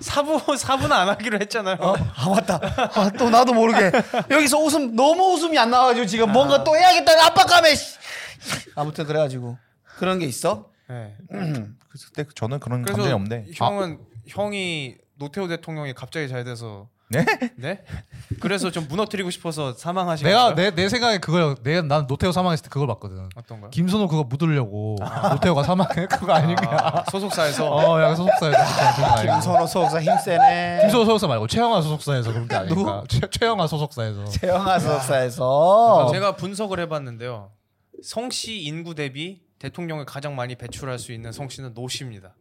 Speaker 1: 사부 사부는 안 하기로 했잖아요.
Speaker 2: 아 맞다. 아, 또 나도 모르게 여기서 웃음 너무 웃음이 안 나와가지고 지금
Speaker 1: 아.
Speaker 2: 뭔가 또 해야겠다는 압박감에. 씨. 아무튼 그래가지고 그런 게 있어.
Speaker 1: 네.
Speaker 3: 그때 저는 그런
Speaker 1: 그래서
Speaker 3: 감정이 없네.
Speaker 1: 형은 형이 노태우 대통령이 갑자기 잘 돼서
Speaker 3: 네?
Speaker 1: 네? 그래서 좀 무너뜨리고 싶어서 사망하신
Speaker 4: 내가
Speaker 1: 건가요?
Speaker 4: 내, 내 생각에 그거야. 내가 난 노태우 사망했을 때 그걸 봤거든.
Speaker 1: 어떤가요?
Speaker 4: 김선호 그거 묻으려고 노태우가 사망해 그거
Speaker 1: 아,
Speaker 4: 아닌가?
Speaker 1: 소속사에서
Speaker 4: 어, 약간 소속사에서 김선호
Speaker 2: 김선호 소속사 힘세네.
Speaker 4: 김선호 소속사 말고 최영아 소속사에서 그런 게 아닌가? 최, 최영아 소속사에서
Speaker 2: 최영아 소속사에서
Speaker 1: 제가 분석을 해봤는데요. 성씨 인구 대비 대통령을 가장 많이 배출할 수 있는 성씨는 노씨입니다.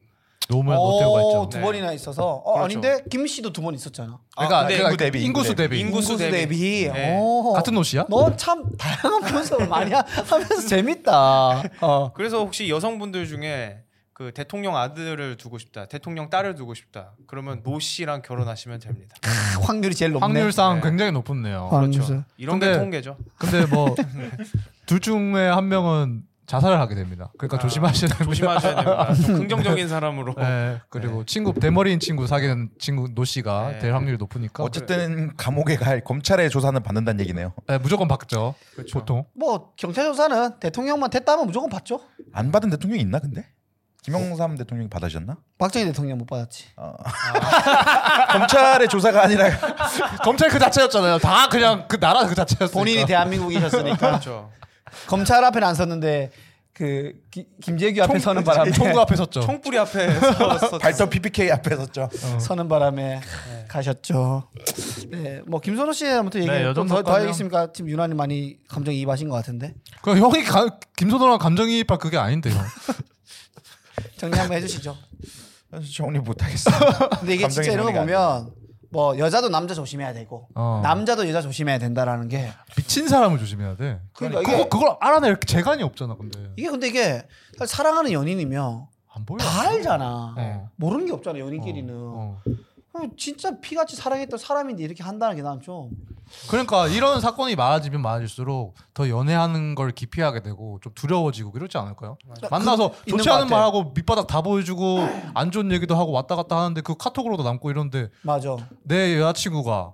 Speaker 4: 노무현 노태우가 있죠.
Speaker 2: 어, 두
Speaker 1: 네.
Speaker 2: 번이나 있어서. 어,
Speaker 1: 그렇죠.
Speaker 2: 아닌데 김 씨도 두 번 있었잖아.
Speaker 3: 그러니까
Speaker 1: 근데
Speaker 3: 인구 대비, 인구
Speaker 4: 인구수 대비.
Speaker 1: 인구수 대비. 네.
Speaker 2: 오.
Speaker 4: 같은 노시야?
Speaker 2: 너 참 다양한 분석을 많이 하- 하면서 재밌다. 어.
Speaker 1: 그래서 혹시 여성분들 중에 그 대통령 아들을 두고 싶다, 대통령 딸을 두고 싶다. 그러면 노씨랑 결혼하시면 됩니다.
Speaker 2: 크, 확률이 제일 높네.
Speaker 4: 확률상
Speaker 1: 네.
Speaker 4: 굉장히 높네요.
Speaker 2: 아,
Speaker 1: 그렇죠.
Speaker 2: 그래서-
Speaker 1: 이런 게
Speaker 4: 근데-
Speaker 1: 통계죠.
Speaker 2: <laughs>
Speaker 4: 근데 뭐
Speaker 2: 네.
Speaker 4: 둘 중에 한 명은 자살을 하게 됩니다. 그러니까
Speaker 1: 아,
Speaker 4: 조심하셔야 됩니다.
Speaker 1: 조심하셔야 됩니다. 좀 긍정적인 사람으로.
Speaker 4: <laughs> 네, 그리고 친구 대머리인 친구 사귀는 친구 노 씨가
Speaker 1: 네.
Speaker 4: 될 확률이 높으니까
Speaker 3: 어쨌든 감옥에 갈 검찰의 조사는 받는다는 얘기네요.
Speaker 4: 네, 무조건 받죠.
Speaker 1: 그렇죠.
Speaker 4: 보통
Speaker 2: 뭐 경찰 조사는 대통령만 됐다면 무조건 받죠.
Speaker 3: 안 받은 대통령이 있나 근데? 김영삼 대통령이 받으셨나?
Speaker 2: 박정희 대통령 못 받았지.
Speaker 3: 검찰의 조사가 아니라 <laughs>
Speaker 4: 검찰 그 자체였잖아요. 다 그냥 그 나라 그 자체였으니까.
Speaker 2: 본인이
Speaker 4: <laughs>
Speaker 2: 대한민국이셨으니까
Speaker 1: 그렇죠.
Speaker 2: 검찰 앞에는 안 섰는데 그 기- 김재규 앞에 서는 바람에
Speaker 4: 총구 앞에 섰죠.
Speaker 1: 총뿌리 앞에 서서
Speaker 3: 발전 PPK 앞에 섰죠.
Speaker 2: <laughs> 서는 바람에 가셨죠. 네, 뭐 김선호 씨는 아무튼 얘기
Speaker 4: 네, 요
Speaker 2: 더, 더
Speaker 4: 정도까지요.
Speaker 2: 얘기했습니까? 지금 유난히 많이 감정 이입하신 것 같은데
Speaker 4: 그 형이 가, 김소도랑 감정이입할 그게 아닌데 형.
Speaker 2: 정리 한번 해주시죠.
Speaker 3: 사실 정리 못하겠어.
Speaker 2: 근데 이게 진짜
Speaker 3: 감정의
Speaker 2: 이런 거
Speaker 3: 정리가 안
Speaker 2: 보면 뭐 여자도 남자 조심해야 되고
Speaker 4: 어.
Speaker 2: 남자도 여자 조심해야 된다라는 게
Speaker 4: 미친 사람을 조심해야 돼.
Speaker 2: 그러니까
Speaker 4: 그거
Speaker 2: 이게-
Speaker 4: 그걸 알아낼 재간이 없잖아. 근데
Speaker 2: 이게 근데 이게 사실 사랑하는 연인이면
Speaker 4: 안 보여.
Speaker 2: 다 알잖아.
Speaker 4: 어.
Speaker 2: 모르는 게 없잖아 연인끼리는.
Speaker 4: 어.
Speaker 2: 그럼 진짜 피같이 사랑했던 사람인데 이렇게 한다는 게 난 좀.
Speaker 4: 그러니까 이런 사건이 많아지면 많아질수록 더 연애하는 걸 기피하게 되고 좀 두려워지고 그렇지 않을까요? 만나서
Speaker 2: 그- 있는
Speaker 4: 좋지
Speaker 2: 것
Speaker 4: 않은
Speaker 2: 같아.
Speaker 4: 말하고 밑바닥 다 보여주고 안 좋은 얘기도 하고 왔다 갔다 하는데 그 카톡으로도 남고 이런데
Speaker 2: 맞아.
Speaker 4: 내 여자친구가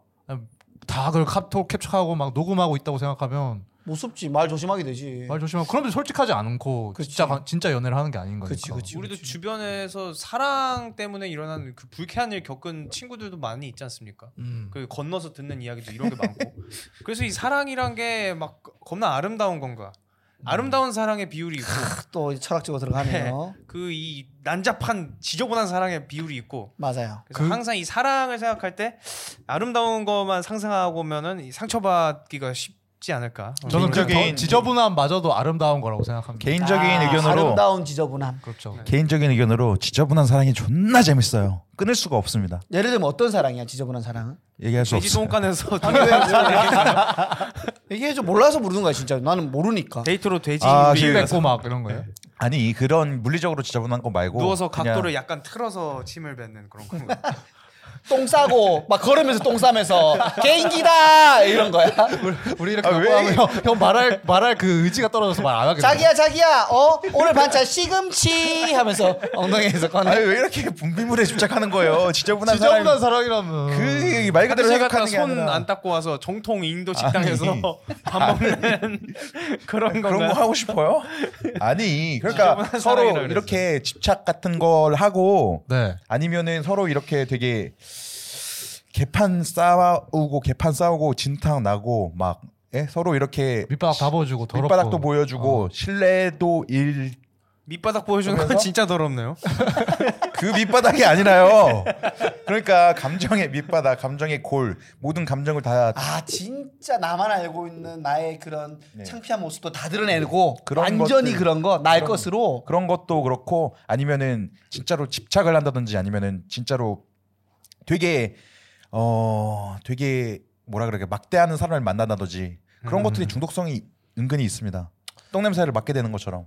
Speaker 4: 다 그걸 카톡 캡처하고 막 녹음하고 있다고 생각하면
Speaker 2: 무섭지. 말 조심하게 되지.
Speaker 4: 말 조심하고 그런데 솔직하지 않고
Speaker 2: 예. 그치.
Speaker 4: 진짜 가- 진짜 연애를 하는 게 아닌 거니까.
Speaker 2: 그치, 그치.
Speaker 1: 우리도 주변에서 사랑 때문에 일어난 그 불쾌한 일 겪은 친구들도 많이 있지 않습니까?
Speaker 4: 음.
Speaker 1: 그 건너서 듣는 이야기도 이런 게 많고. <laughs> 그래서 이 사랑이란 게 막 겁나 아름다운 건가? 아름다운 사랑의 비율이
Speaker 3: <laughs>
Speaker 1: 있고
Speaker 2: 또 철학적으로 들어가네요.
Speaker 1: 그 이 난잡한 지저분한 사랑의 비율이 있고
Speaker 2: 맞아요.
Speaker 1: 그래서
Speaker 4: 그-
Speaker 1: 항상 이 사랑을 생각할 때 아름다운 것만 상상하고면은 이 상처받기가 쉽지 않을까?
Speaker 2: 음.
Speaker 1: 음.
Speaker 4: 저는
Speaker 1: 그런
Speaker 4: 그게
Speaker 3: 개인적인-
Speaker 4: 더 지저분함마저도 아름다운 거라고 생각합니다.
Speaker 3: 개인적인
Speaker 2: 아,
Speaker 3: 의견으로
Speaker 2: 아름다운 지저분함.
Speaker 4: 그렇죠.
Speaker 3: 개인적인 의견으로 지저분한 사랑이 존나 재밌어요. 끊을 수가 없습니다.
Speaker 2: 예를 들면 어떤 사랑이야 지저분한
Speaker 3: <laughs>
Speaker 2: 사랑은?
Speaker 3: 얘기할 수
Speaker 1: 돼지
Speaker 3: 없어요.
Speaker 1: 똥간에서
Speaker 2: 이게 좀 몰라서 모르는 거야 진짜. 나는
Speaker 1: <laughs>
Speaker 2: 모르니까.
Speaker 1: 데이트로 돼지
Speaker 3: 아,
Speaker 1: 밀-
Speaker 3: 지금-
Speaker 4: 뺏고 그 막 이런 거예요.
Speaker 2: 네.
Speaker 3: 아니 그런 물리적으로 지저분한 거 말고
Speaker 1: 누워서
Speaker 3: 뭐 그냥
Speaker 1: 각도를 약간 틀어서 침을 뱉는 그런 거.
Speaker 2: 똥 싸고 막 걸으면서 똥 싸면서 개인기다 이런 거야.
Speaker 4: <laughs> 우리 이렇게
Speaker 3: 아,
Speaker 4: 갖고
Speaker 3: 왜?
Speaker 4: 하면 형, 형 말할 말할 그 의지가 떨어져서 말 안 하게 돼.
Speaker 2: 자기야 자기야 어 오늘 반찬 시금치 하면서 어. 엉덩이에서 꺼내.
Speaker 3: 아니 왜 이렇게 분비물에 집착하는 거예요? 지저분한,
Speaker 4: <laughs>
Speaker 3: 사람
Speaker 4: 지저분한 사랑이라면
Speaker 3: 그말 그대로
Speaker 1: 제가 다
Speaker 3: 생각하는 게
Speaker 1: 손
Speaker 3: 아니라
Speaker 1: 안 닦고 와서 정통 인도 식당에서
Speaker 3: <laughs>
Speaker 1: 밥 먹는 <laughs> 그런
Speaker 3: 그런 거
Speaker 1: 건가?
Speaker 3: 하고
Speaker 1: <laughs>
Speaker 3: 싶어요? 아니 그러니까
Speaker 1: 지저분한
Speaker 3: 서로
Speaker 1: 사랑이라
Speaker 3: 이렇게 집착 같은 걸 하고
Speaker 4: 네.
Speaker 3: 아니면은 서로 이렇게 되게 개판 싸우고 개판 싸우고 진탕 나고 막 예? 서로 이렇게
Speaker 4: 밑바닥 다 보여주고 더럽고
Speaker 3: 밑바닥도 뭐-
Speaker 1: 어.
Speaker 3: 보여주고 신뢰도 일 그
Speaker 1: 밑바닥 보여주는 건
Speaker 3: 그러면서?
Speaker 1: 진짜 더럽네요.
Speaker 3: 그 밑바닥이 아니라요. <laughs> 그러니까 감정의 밑바닥, 감정의 골, 모든 감정을 다
Speaker 2: 아 진짜 나만 알고 있는 나의 그런
Speaker 3: 네.
Speaker 2: 창피한 모습도 다 드러내고
Speaker 3: 그런
Speaker 2: 완전히
Speaker 3: 것들.
Speaker 2: 그런 거 나의
Speaker 3: 그런
Speaker 2: 것으로
Speaker 3: 그런 것도 그렇고 아니면은 진짜로 집착을 한다든지 아니면은 진짜로 되게 어 되게 뭐라 그래 막대하는 사람을 만난다든지 그런
Speaker 1: 음.
Speaker 3: 것들이 중독성이 은근히 있습니다. 똥 냄새를 맡게 되는 것처럼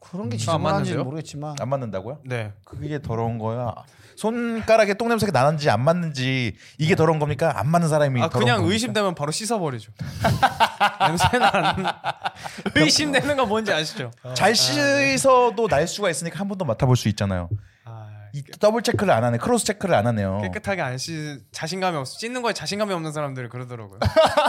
Speaker 2: 그런 게
Speaker 1: 음, 안
Speaker 2: 지저분한지
Speaker 1: 맞는데요?
Speaker 2: 는 모르겠지만
Speaker 3: 안 맞는다고요?
Speaker 1: 네.
Speaker 3: 그게 더러운 거야. 손가락에 똥 냄새가 나는지 안 맞는지 이게 더러운 겁니까? 안 맞는 사람이
Speaker 1: 네. 아
Speaker 3: 더러운
Speaker 1: 그냥
Speaker 3: 겁니까?
Speaker 1: 의심되면 바로
Speaker 3: <laughs>
Speaker 1: 씻어버리죠. 냄새는 안. 나. 의심되는 건 뭔지 아시죠?
Speaker 3: 잘 씻어도 날 수가 있으니까 한 번 더 맡아볼 수 있잖아요.
Speaker 1: 아,
Speaker 3: 이 더블 체크를 안 하네, 크로스 체크를 안 하네요.
Speaker 1: 깨끗하게 안 씻. 자신감이 없어. 씻는 거에 자신감이 없는 사람들이 그러더라고요.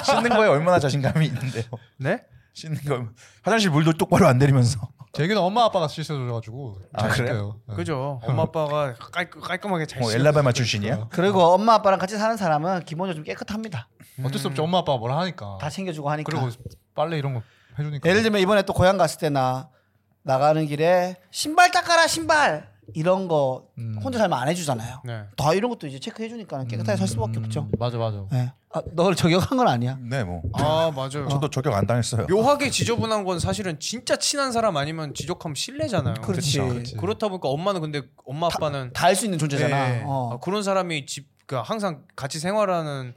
Speaker 3: 씻는 거에 얼마나 자신감이 있는데요.
Speaker 1: 네?
Speaker 3: 씻는 거 화장실 물도 똑바로 안 <laughs> 내리면서
Speaker 4: 제기는 엄마 아빠가 실수해가지고
Speaker 3: 아,
Speaker 4: 그래요? 네.
Speaker 1: 그죠. 엄마 아빠가 깔끔 깔끔하게 잘
Speaker 3: 뭐
Speaker 1: 씻.
Speaker 3: 어. 엘라베마 출신이야?
Speaker 2: 그리고 엄마 아빠랑 같이 사는 사람은 기본적으로 좀 깨끗합니다
Speaker 4: 어쩔 수 없죠. 엄마 아빠가 뭘 하니까.
Speaker 2: 다 챙겨주고 하니까
Speaker 4: 그리고 빨래 이런 거 해주니까. 음,
Speaker 2: 예를 들면 이번에 또 고향 갔을 때 나 나가는 길에 신발 닦아라 신발 이런 거
Speaker 4: 음.
Speaker 2: 혼자 살면 안 해주잖아요
Speaker 1: 네.
Speaker 4: 음.
Speaker 2: 다 이런 것도 이제 체크해주니까 깨끗하게 살 수밖에 없죠
Speaker 4: 맞아 맞아.
Speaker 2: 네. 아, 너를 <laughs> 저격한 건 아니야.
Speaker 3: 네, 뭐
Speaker 1: 아 맞아요.
Speaker 3: 저도 저격 안 당했어요.
Speaker 1: 묘하게 지저분한 건 사실은 진짜 친한 사람 아니면 지적하면 실례잖아요. 그렇죠.
Speaker 2: 그렇지.
Speaker 4: 그렇지.
Speaker 1: 그렇다 보니까 엄마는 근데 엄마 아빠는
Speaker 2: 다 할 수 있는 존재잖아.
Speaker 1: 네.
Speaker 2: 어.
Speaker 1: 아, 그런 사람이 집 그러니까 항상 같이 생활하는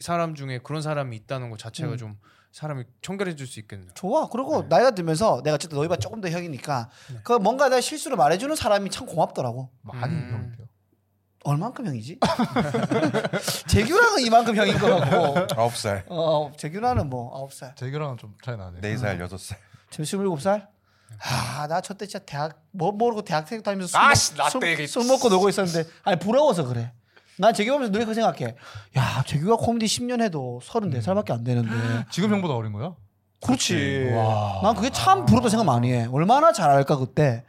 Speaker 1: 사람 중에 그런 사람이 있다는 것 자체가
Speaker 2: 음.
Speaker 1: 좀 사람이 청결해 줄 수 있겠네요.
Speaker 2: 좋아. 그리고 나이가 들면서 내가 어쨌든 너희보다 조금 더 형이니까 그 뭔가 내가 실수를 말해주는 사람이 참 고맙더라고.
Speaker 4: 많이
Speaker 1: 음.
Speaker 4: 형이요.
Speaker 2: 얼만큼 형이지? <laughs> 재규랑은 이만큼 형인 거 같고
Speaker 3: 아홉 살,
Speaker 2: 어, 재규랑은 뭐 아홉 살,
Speaker 4: 재규랑은 좀 차이 나네.
Speaker 3: 네 살, 여섯 살.
Speaker 2: 지금 스물일곱 살. 아, 나 저 때 진짜 대학 뭐 모르고 대학생 다니면서 술,
Speaker 1: 아씨,
Speaker 2: 먹-
Speaker 1: 나때
Speaker 2: 술,
Speaker 1: 이게-
Speaker 2: 술 먹고 놀고 있었는데 아니 부러워서 그래. 난 재규 보면서 늘 그 생각해. 야, 재규가 코미디 10년 해도 34살밖에 안
Speaker 4: <gasps>
Speaker 2: 되는데.
Speaker 4: 지금 형보다 어린 거야?
Speaker 2: 그렇지.
Speaker 4: 와.
Speaker 2: 난 그게 참 부럽다 생각 많이 해. 얼마나 잘 알까 그때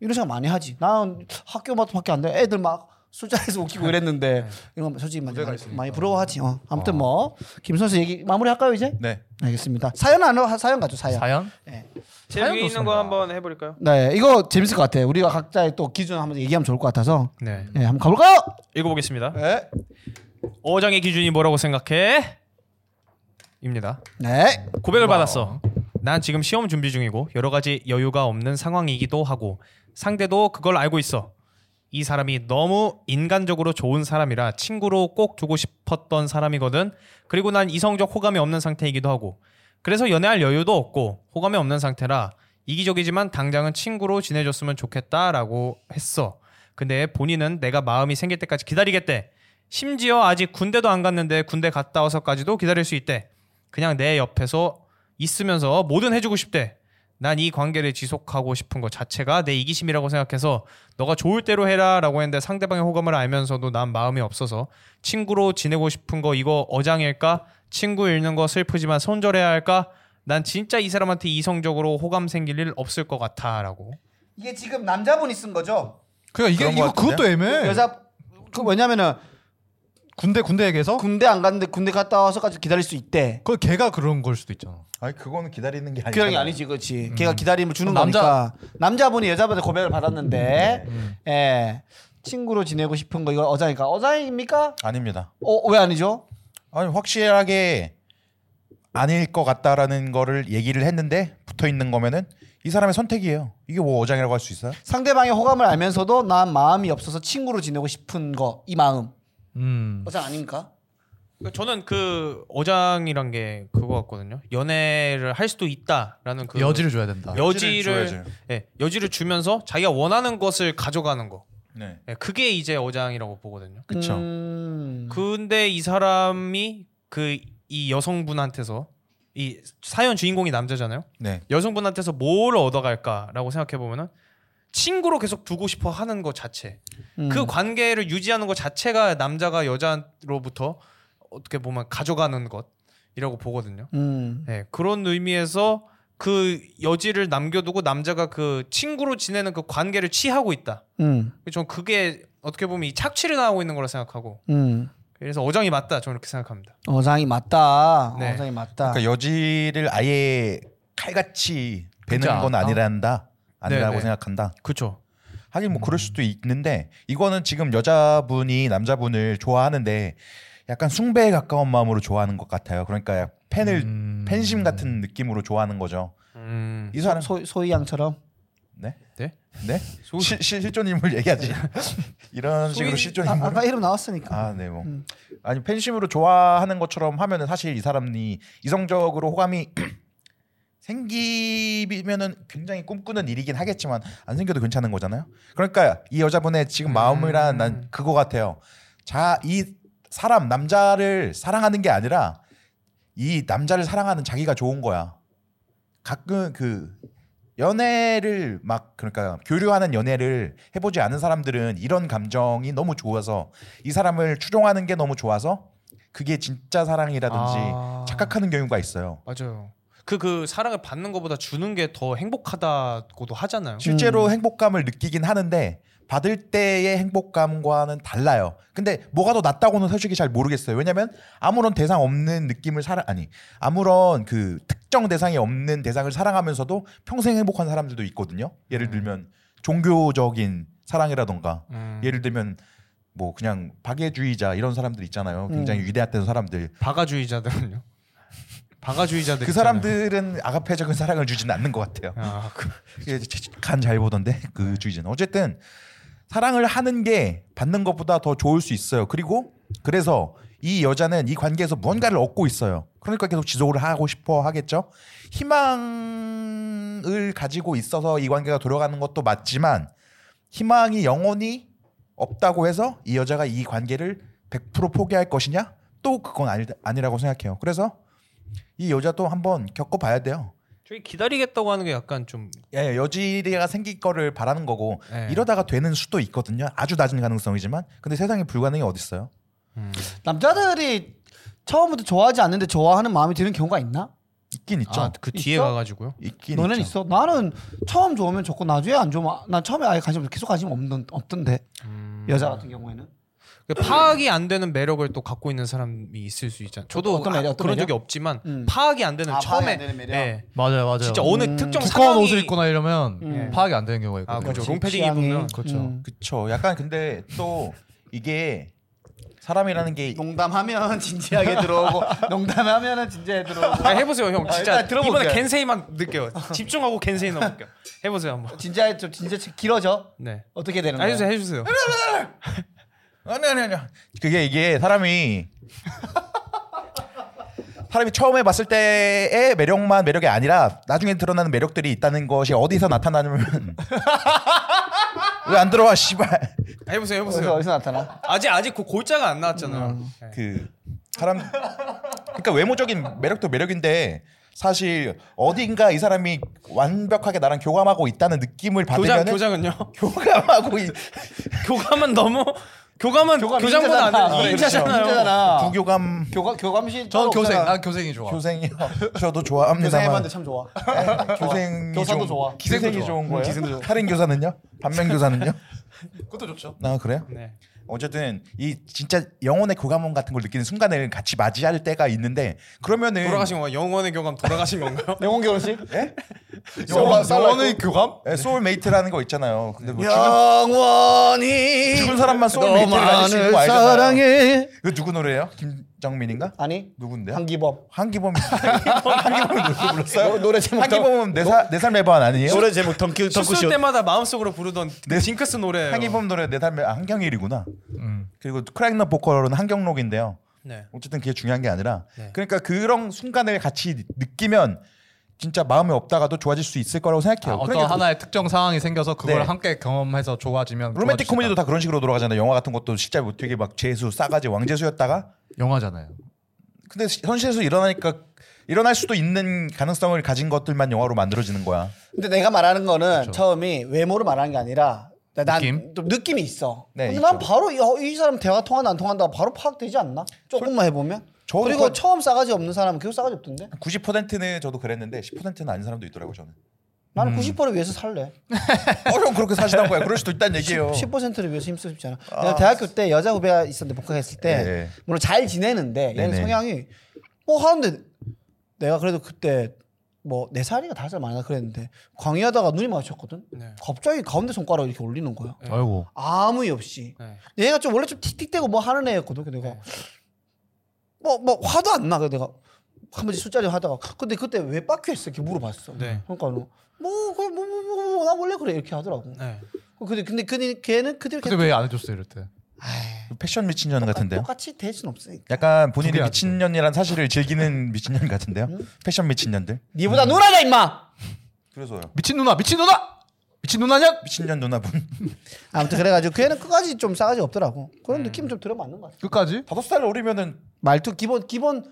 Speaker 2: 이런 생각 많이 하지. 난 학교밖에 안 돼. 애들 막 술자리에서 웃기고 이랬는데 이런 거 솔직히 많이, 많이, 많이 부러워하지. 어. 아무튼 뭐 김 선수 얘기 마무리할까요 이제?
Speaker 3: 네.
Speaker 2: 알겠습니다. 사연 안 와- 사연 가죠 사연.
Speaker 4: 사연?
Speaker 2: 네.
Speaker 1: 재미있는 거 한번 해볼까요?
Speaker 2: 네, 이거 재밌을 것 같아. 요 우리가 각자의 또 기준 한번 얘기하면 좋을 것 같아서.
Speaker 1: 네,
Speaker 2: 네, 한번 가볼까요?
Speaker 1: 읽어보겠습니다.
Speaker 2: 네.
Speaker 1: 어장의 기준이 뭐라고 생각해? 입니다.
Speaker 2: 네.
Speaker 1: 고백을 받았어. 난 지금 시험 준비 중이고 여러 가지 여유가 없는 상황이기도 하고 상대도 그걸 알고 있어. 이 사람이 너무 인간적으로 좋은 사람이라 친구로 꼭 두고 싶었던 사람이거든. 그리고 난 이성적 호감이 없는 상태이기도 하고 그래서 연애할 여유도 없고 호감이 없는 상태라 이기적이지만 당장은 친구로 지내줬으면 좋겠다라고 했어. 근데 본인은 내가 마음이 생길 때까지 기다리겠대. 심지어 아직 군대도 안 갔는데 군대 갔다 와서까지도 기다릴 수 있대. 그냥 내 옆에서 있으면서 뭐든 해주고 싶대. 난 이 관계를 지속하고 싶은 것 자체가 내 이기심이라고 생각해서 너가 좋을 대로 해라라고 했는데 상대방의 호감을 알면서도 난 마음이 없어서 친구로 지내고 싶은 거 이거 어장일까? 친구 잃는 거 슬프지만 손절해야 할까? 난 진짜 이 사람한테 이성적으로 호감 생길 일 없을 것 같아라고.
Speaker 2: 이게 지금 남자분이 쓴 거죠?
Speaker 4: 그냥 그러니까 이게
Speaker 3: 그런
Speaker 4: 이거
Speaker 3: 거 같은데?
Speaker 4: 그것도 애매해.
Speaker 2: 여자 그 왜냐면은
Speaker 4: 군대 군대 얘기해서 그,
Speaker 2: 군대 안 갔는데 군대 갔다 와서까지 기다릴 수 있대.
Speaker 4: 그 걔가 그런 걸 수도 있잖아.
Speaker 3: 아니 그거는 기다리는 게 아니잖아요.
Speaker 2: 기다리는 게 아니지, 그렇지. 걔가 기다림을 주는
Speaker 4: 남자- 음.
Speaker 2: 거니까 남자분이 여자분한테 고백을 받았는데, 예, 친구로 지내고 싶은 거 이거 어장이니까 어장입니까?
Speaker 3: 아닙니다.
Speaker 2: 어, 왜 아니죠?
Speaker 3: 아니 확실하게 아닐 것 같다라는 거를 얘기를 했는데 붙어 있는 거면은 이 사람의 선택이에요. 이게 뭐 어장이라고 할 수 있어요?
Speaker 2: 상대방의 호감을 알면서도 난 마음이 없어서 친구로 지내고 싶은 거 이 마음
Speaker 4: 음.
Speaker 2: 어장 아닙니까?
Speaker 1: 저는 그 어장이란 게 그거 같거든요. 연애를 할 수도 있다라는 그
Speaker 4: 여지를 줘야 된다.
Speaker 3: 여지를
Speaker 1: 여지를
Speaker 3: 줘야죠.
Speaker 1: 예, 여지를 주면서 자기가 원하는 것을 가져가는 거.
Speaker 3: 네.
Speaker 1: 예, 그게 이제 어장이라고 보거든요.
Speaker 3: 그쵸.
Speaker 2: 음...
Speaker 1: 근데 이 사람이 그 이 여성분한테서 이 사연 주인공이 남자잖아요.
Speaker 3: 네.
Speaker 1: 여성분한테서 뭘 얻어갈까라고 생각해 보면은 친구로 계속 두고 싶어 하는 것 자체,
Speaker 2: 음.
Speaker 1: 그 관계를 유지하는 것 자체가 남자가 여자로부터 어떻게 보면 가져가는 것이라고 보거든요.
Speaker 2: 음.
Speaker 1: 네, 그런 의미에서 그 여지를 남겨두고 남자가 그 친구로 지내는 그 관계를 취하고 있다.
Speaker 2: 음.
Speaker 1: 전 그게 어떻게 보면 이 착취를 당하고 있는 거라 생각하고
Speaker 2: 음.
Speaker 1: 그래서 어장이 맞다. 저는 그렇게 생각합니다.
Speaker 2: 어장이 맞다.
Speaker 1: 네.
Speaker 2: 어장이 맞다.
Speaker 3: 그러니까 여지를 아예 칼같이 베는
Speaker 4: 그렇지
Speaker 3: 건
Speaker 4: 않다.
Speaker 3: 아니란다. 아니라고
Speaker 1: 네, 네.
Speaker 3: 생각한다.
Speaker 1: 그렇죠.
Speaker 3: 하긴 뭐 그럴 수도 있는데 이거는 지금 여자분이 남자분을 좋아하는데 약간 숭배에 가까운 마음으로 좋아하는 것 같아요. 그러니까 팬을
Speaker 4: 음.
Speaker 3: 팬심 같은 느낌으로 좋아하는 거죠.
Speaker 1: 음.
Speaker 3: 이 사람
Speaker 2: 소, 소희 양처럼
Speaker 3: 네?
Speaker 1: 네?
Speaker 3: 네?
Speaker 1: 소-
Speaker 3: 실, 실, 실존인물 얘기하지. 이런 식으로
Speaker 1: 소위-
Speaker 2: 아,
Speaker 3: 실존인물.
Speaker 2: 아까 이름 나왔으니까.
Speaker 3: 그 아, 네, 뭐.
Speaker 2: 음.
Speaker 3: 아니, 팬심으로 좋아하는 것처럼 하면은 사실 이 사람이 이성적으로 호감이 <clears throat> 생기면은 굉장히 꿈꾸는 일이긴 하겠지만 안 생겨도 괜찮은 거잖아요. 그러니까 이 여자분의 지금 마음이란 난 그거 같아요. 자, 이 사람 남자를 사랑하는 게 아니라 이 남자를 사랑하는 자기가 좋은 거야. 가끔 그 연애를 막 그러니까 교류하는 연애를 해보지 않은 사람들은 이런 감정이 너무 좋아서 이 사람을 추종하는 게 너무 좋아서 그게 진짜 사랑이라든지
Speaker 1: 아.
Speaker 3: 착각하는 경우가 있어요.
Speaker 1: 맞아요. 그 그 사랑을 받는 것보다 주는 게 더 행복하다고도 하잖아요.
Speaker 3: 실제로 행복감을 느끼긴 하는데 받을 때의 행복감과는 달라요. 근데 뭐가 더 낫다고는 솔직히 잘 모르겠어요. 왜냐면 아무런 대상 없는 느낌을 사랑 아니 아무런 그 특정 대상이 없는 대상을 사랑하면서도 평생 행복한 사람들도
Speaker 1: 음.
Speaker 3: 있거든요. 예를 들면 종교적인 사랑이라던가
Speaker 1: 음.
Speaker 3: 예를 들면 뭐 그냥 박애주의자 이런 사람들 있잖아요. 굉장히
Speaker 1: 음.
Speaker 3: 위대했던 사람들.
Speaker 1: 바가주의자들은요. 바가주의자들
Speaker 3: 그
Speaker 1: 네, 있잖아요.
Speaker 3: 사람들은 아가페적인 사랑을 주지는 않는 것 같아요.
Speaker 1: 아, 그,
Speaker 3: 간잘 보던데 <laughs> 그 주의자는 어쨌든 사랑을 하는 게 받는 것보다 더 좋을 수 있어요. 그리고 그래서 이 여자는 이 관계에서 무언가를 얻고 있어요. 그러니까 계속 지속을 하고 싶어 하겠죠. 희망을 가지고 있어서 이 관계가 돌아가는 것도 맞지만 희망이 영원히 없다고 해서 이 여자가 이 관계를 100% 포기할 것이냐? 또 그건 아니, 아니라고 생각해요. 그래서 이 여자도 한번 겪어봐야 돼요.
Speaker 1: 저기 기다리겠다고 하는 게 약간 좀
Speaker 3: 예, 여지가 생길 거를 바라는 거고
Speaker 1: 예.
Speaker 3: 이러다가 되는 수도 있거든요. 아주 낮은 가능성이지만 근데 세상에 불가능이 어디 있어요?
Speaker 2: 남자들이 처음부터 좋아하지 않는데 좋아하는 마음이 드는 경우가 있나?
Speaker 3: 있긴 있죠.
Speaker 1: 아, 그 뒤에
Speaker 2: 있어?
Speaker 1: 가가지고요.
Speaker 3: 있긴
Speaker 2: 너는
Speaker 3: 있죠.
Speaker 2: 있어? 나는 처음 좋으면 좋고 나중에 안 좋으면 난 처음에 아예 관심 없 계속 관심 없는 없던데
Speaker 3: 음.
Speaker 2: 여자 같은 경우에는
Speaker 1: 그 파악이 안 되는 매력을 또 갖고 있는 사람이 있을 수 있잖아요. 저도
Speaker 2: 어떤 매력,
Speaker 1: 아,
Speaker 2: 어떤
Speaker 1: 그런
Speaker 2: 매력?
Speaker 1: 적이 없지만
Speaker 2: 음.
Speaker 1: 파악이 안 되는
Speaker 2: 아, 파악이
Speaker 1: 처음에
Speaker 2: 안 되는 매력?
Speaker 1: 예.
Speaker 4: 맞아요, 맞아요. 음.
Speaker 1: 진짜 어느 특정
Speaker 4: 두꺼운
Speaker 1: 상황이
Speaker 4: 옷을 입거나 이러면
Speaker 2: 음.
Speaker 4: 파악이 안 되는 경우가 있거든요.
Speaker 1: 아, 그렇죠.
Speaker 2: 그치,
Speaker 1: 롱패딩
Speaker 2: 취향이.
Speaker 1: 입으면
Speaker 4: 그렇죠.
Speaker 2: 음.
Speaker 3: 그쵸. 약간 근데 또 이게 사람이라는 게
Speaker 2: 농담하면
Speaker 3: <laughs>
Speaker 2: 진지하게 들어오고 농담하면은 진지하게 들어오고
Speaker 1: 아, 해보세요 형.
Speaker 2: 아,
Speaker 1: 진짜
Speaker 2: 일단 들어볼게요.
Speaker 1: 이번에 겐세이만
Speaker 2: <laughs>
Speaker 1: 느껴요. 집중하고 겐세이 넘을게요. 해보세요 한번.
Speaker 2: 진지하게 좀 진짜 길어져
Speaker 1: 네.
Speaker 2: 어떻게 되는 거야?
Speaker 1: 해주세요 해주세요. 아,
Speaker 3: 아니 아니 아니. 그게 이게 사람이 <laughs> 사람이 처음에 봤을 때의 매력만 매력이 아니라 나중에 드러나는 매력들이 있다는 것이 어디서 나타나냐면 <laughs> 왜 안 들어와 씨발.
Speaker 1: 해보세요
Speaker 2: 어디서,
Speaker 1: 해보세요.
Speaker 2: 어디서 나타나?
Speaker 1: 아직 아직 그 골자가 안 나왔잖아요.
Speaker 2: 음.
Speaker 1: 예.
Speaker 3: 그 사람 그러니까 외모적인 매력도 매력인데 사실 어딘가 이 사람이 완벽하게 나랑 교감하고 있다는 느낌을
Speaker 2: 아,
Speaker 1: 교장
Speaker 3: 받으면
Speaker 1: 교장은요?
Speaker 2: <laughs>
Speaker 3: 교감하고 있-
Speaker 1: <laughs> 교감은 너무 교감은
Speaker 2: 교감
Speaker 1: 교장보다
Speaker 2: 인자잖아.
Speaker 1: 그
Speaker 2: 그렇죠.
Speaker 1: 안 되는
Speaker 2: 인자잖아. 인자잖아.
Speaker 3: 부교감
Speaker 2: 교감 교감실
Speaker 4: 저는
Speaker 2: 따로
Speaker 4: 교생,
Speaker 2: 없잖아.
Speaker 4: 난 교생이 좋아.
Speaker 3: 교생이요 저도
Speaker 2: 교생 해봤는데
Speaker 3: 좋아합니다만
Speaker 2: 참 좋아.
Speaker 3: 교생
Speaker 2: 교사도 좋아.
Speaker 3: 기생이 좋은 거예요
Speaker 2: 기생도 좋아.
Speaker 3: 살인 교사는요 반면 교사는요
Speaker 4: 그것도 좋죠.
Speaker 3: 아 그래요
Speaker 1: 네.
Speaker 3: 어쨌든 이 진짜 영혼의 교감원 같은 걸 느끼는 순간을 같이 맞이할 때가 있는데 그러면은
Speaker 1: 돌아가신 건가? 영원의 교감 돌아가신 건가요?
Speaker 2: 영혼 결혼식?
Speaker 3: 영혼-
Speaker 4: 의 교감?
Speaker 3: 예, 소울메이트라는 거 있잖아요 근데 뭐 죽은
Speaker 2: 영원히
Speaker 3: 죽은 사람만 소울메이트를 가질 수 있는 거 알잖아요.
Speaker 2: 사랑해.
Speaker 3: 그 누구 노래예요? 김정민인가?
Speaker 2: 아니
Speaker 3: 누군데요?
Speaker 2: 한기범
Speaker 3: 한기범 한기범이 노래 불렀어요?
Speaker 2: 노래 제목
Speaker 3: 한기범은 내살내 삶의 반 아니에요?
Speaker 6: 노래 제목 덩크
Speaker 1: 쉴
Speaker 6: 덩크슛
Speaker 1: 때마다 뭐- 마음속으로 부르던 그
Speaker 3: 네.
Speaker 1: 징크스 노래예요.
Speaker 3: 한기범 노래 내 삶의 아, 한경일이구나.
Speaker 4: 음.
Speaker 3: 그리고 크라잉넛 보컬은 한경록인데요.
Speaker 1: 네.
Speaker 3: 어쨌든 그게 중요한 게 아니라
Speaker 1: 네.
Speaker 3: 그러니까 그런 순간을 같이 느끼면 진짜 마음에 없다가도 좋아질 수 있을 거라고
Speaker 4: 아,
Speaker 3: 생각해요.
Speaker 4: 어떤
Speaker 3: 그러니까
Speaker 4: 하나의 특정 상황이 생겨서 그걸
Speaker 3: 네.
Speaker 4: 함께 경험해서 좋아지면
Speaker 3: 로맨틱
Speaker 4: 좋아질 수
Speaker 3: 코미디도
Speaker 4: 있다.
Speaker 3: 다 그런 식으로 돌아가잖아요. 영화 같은 것도 진짜 뭐 되게 막 재수 싸가지 왕재수였다가
Speaker 4: 영화잖아요.
Speaker 3: 네. 근데 시- 현실에서 일어나니까 일어날 수도 있는 가능성을 가진 것들만 영화로 만들어지는 거야.
Speaker 2: 근데 내가 말하는 거는 처음이 외모를 말하는 게 아니라 난
Speaker 4: 느낌?
Speaker 2: 좀 느낌이 있어.
Speaker 3: 네,
Speaker 2: 근데 난
Speaker 3: 있죠.
Speaker 2: 바로 이, 어, 이 사람 대화 통한다 안 통한다 바로 파악되지 않나? 조금만 해보면.
Speaker 3: 저도
Speaker 2: 그리고
Speaker 3: 그-
Speaker 2: 처음 싸가지 없는 사람은 계속 싸가지 없던데.
Speaker 3: 90%는 저도 그랬는데 10%는 아닌 사람도 있더라고 요 저는.
Speaker 2: 나는 90%를 위해서 살래.
Speaker 3: 어형 그렇게 사시던 거야. 그럴 수도 있다는 얘기예요.
Speaker 2: 10%를 위해서 힘쓰고 싶지 않아. 내가 대학교 때 여자 후배가 있었는데 복학했을 때
Speaker 3: 네.
Speaker 2: 물론 잘 지내는데 얘는
Speaker 3: 네네.
Speaker 2: 성향이 뭐 하는데 내가 그래도 그때 뭐 네 살이가 다섯 살 많아 그랬는데 강의하다가 눈이 마주쳤거든.
Speaker 1: 네.
Speaker 2: 갑자기 가운데 손가락 이렇게 올리는 거야.
Speaker 1: 네.
Speaker 4: 아이고.
Speaker 2: 아무 이유 없이.
Speaker 1: 네.
Speaker 2: 얘가 좀 원래 좀 틱틱대고 뭐 하는 애였거든. 근데 내가 뭐 뭐 화도 안 나. 그래서 내가 한 번씩 술자리 하다가 근데 그때 왜 빡큐했어? 이렇게 물어봤어.
Speaker 1: 네.
Speaker 2: 그러니까 뭐 그냥 뭐뭐뭐나 원래 그래 이렇게 하더라고.
Speaker 1: 네.
Speaker 2: 근데 근데 그 걔는 그대로
Speaker 4: 근데
Speaker 2: 계속
Speaker 4: 왜 안 해줬어 이럴 때?
Speaker 3: 패션 미친년 같은데요.
Speaker 2: 똑같이 될 순 없으니까.
Speaker 3: 약간 본인이
Speaker 4: 두개 아니죠.
Speaker 3: 미친년이란 사실을 즐기는 미친년 같은데요. 패션 미친년들.
Speaker 2: 니보다 누나다 임마.
Speaker 3: 그래서요.
Speaker 4: 미친 누나, 미친 누나, 미친 누나냐?
Speaker 3: 미친년 누나분. <laughs>
Speaker 2: 아무튼 그래가지고 걔는 끝까지 좀 싸가지 없더라고. 그런 느낌 좀 들어맞는 것 같아.
Speaker 4: 끝까지?
Speaker 3: 다섯 살 어리면은
Speaker 2: 말투 기본 기본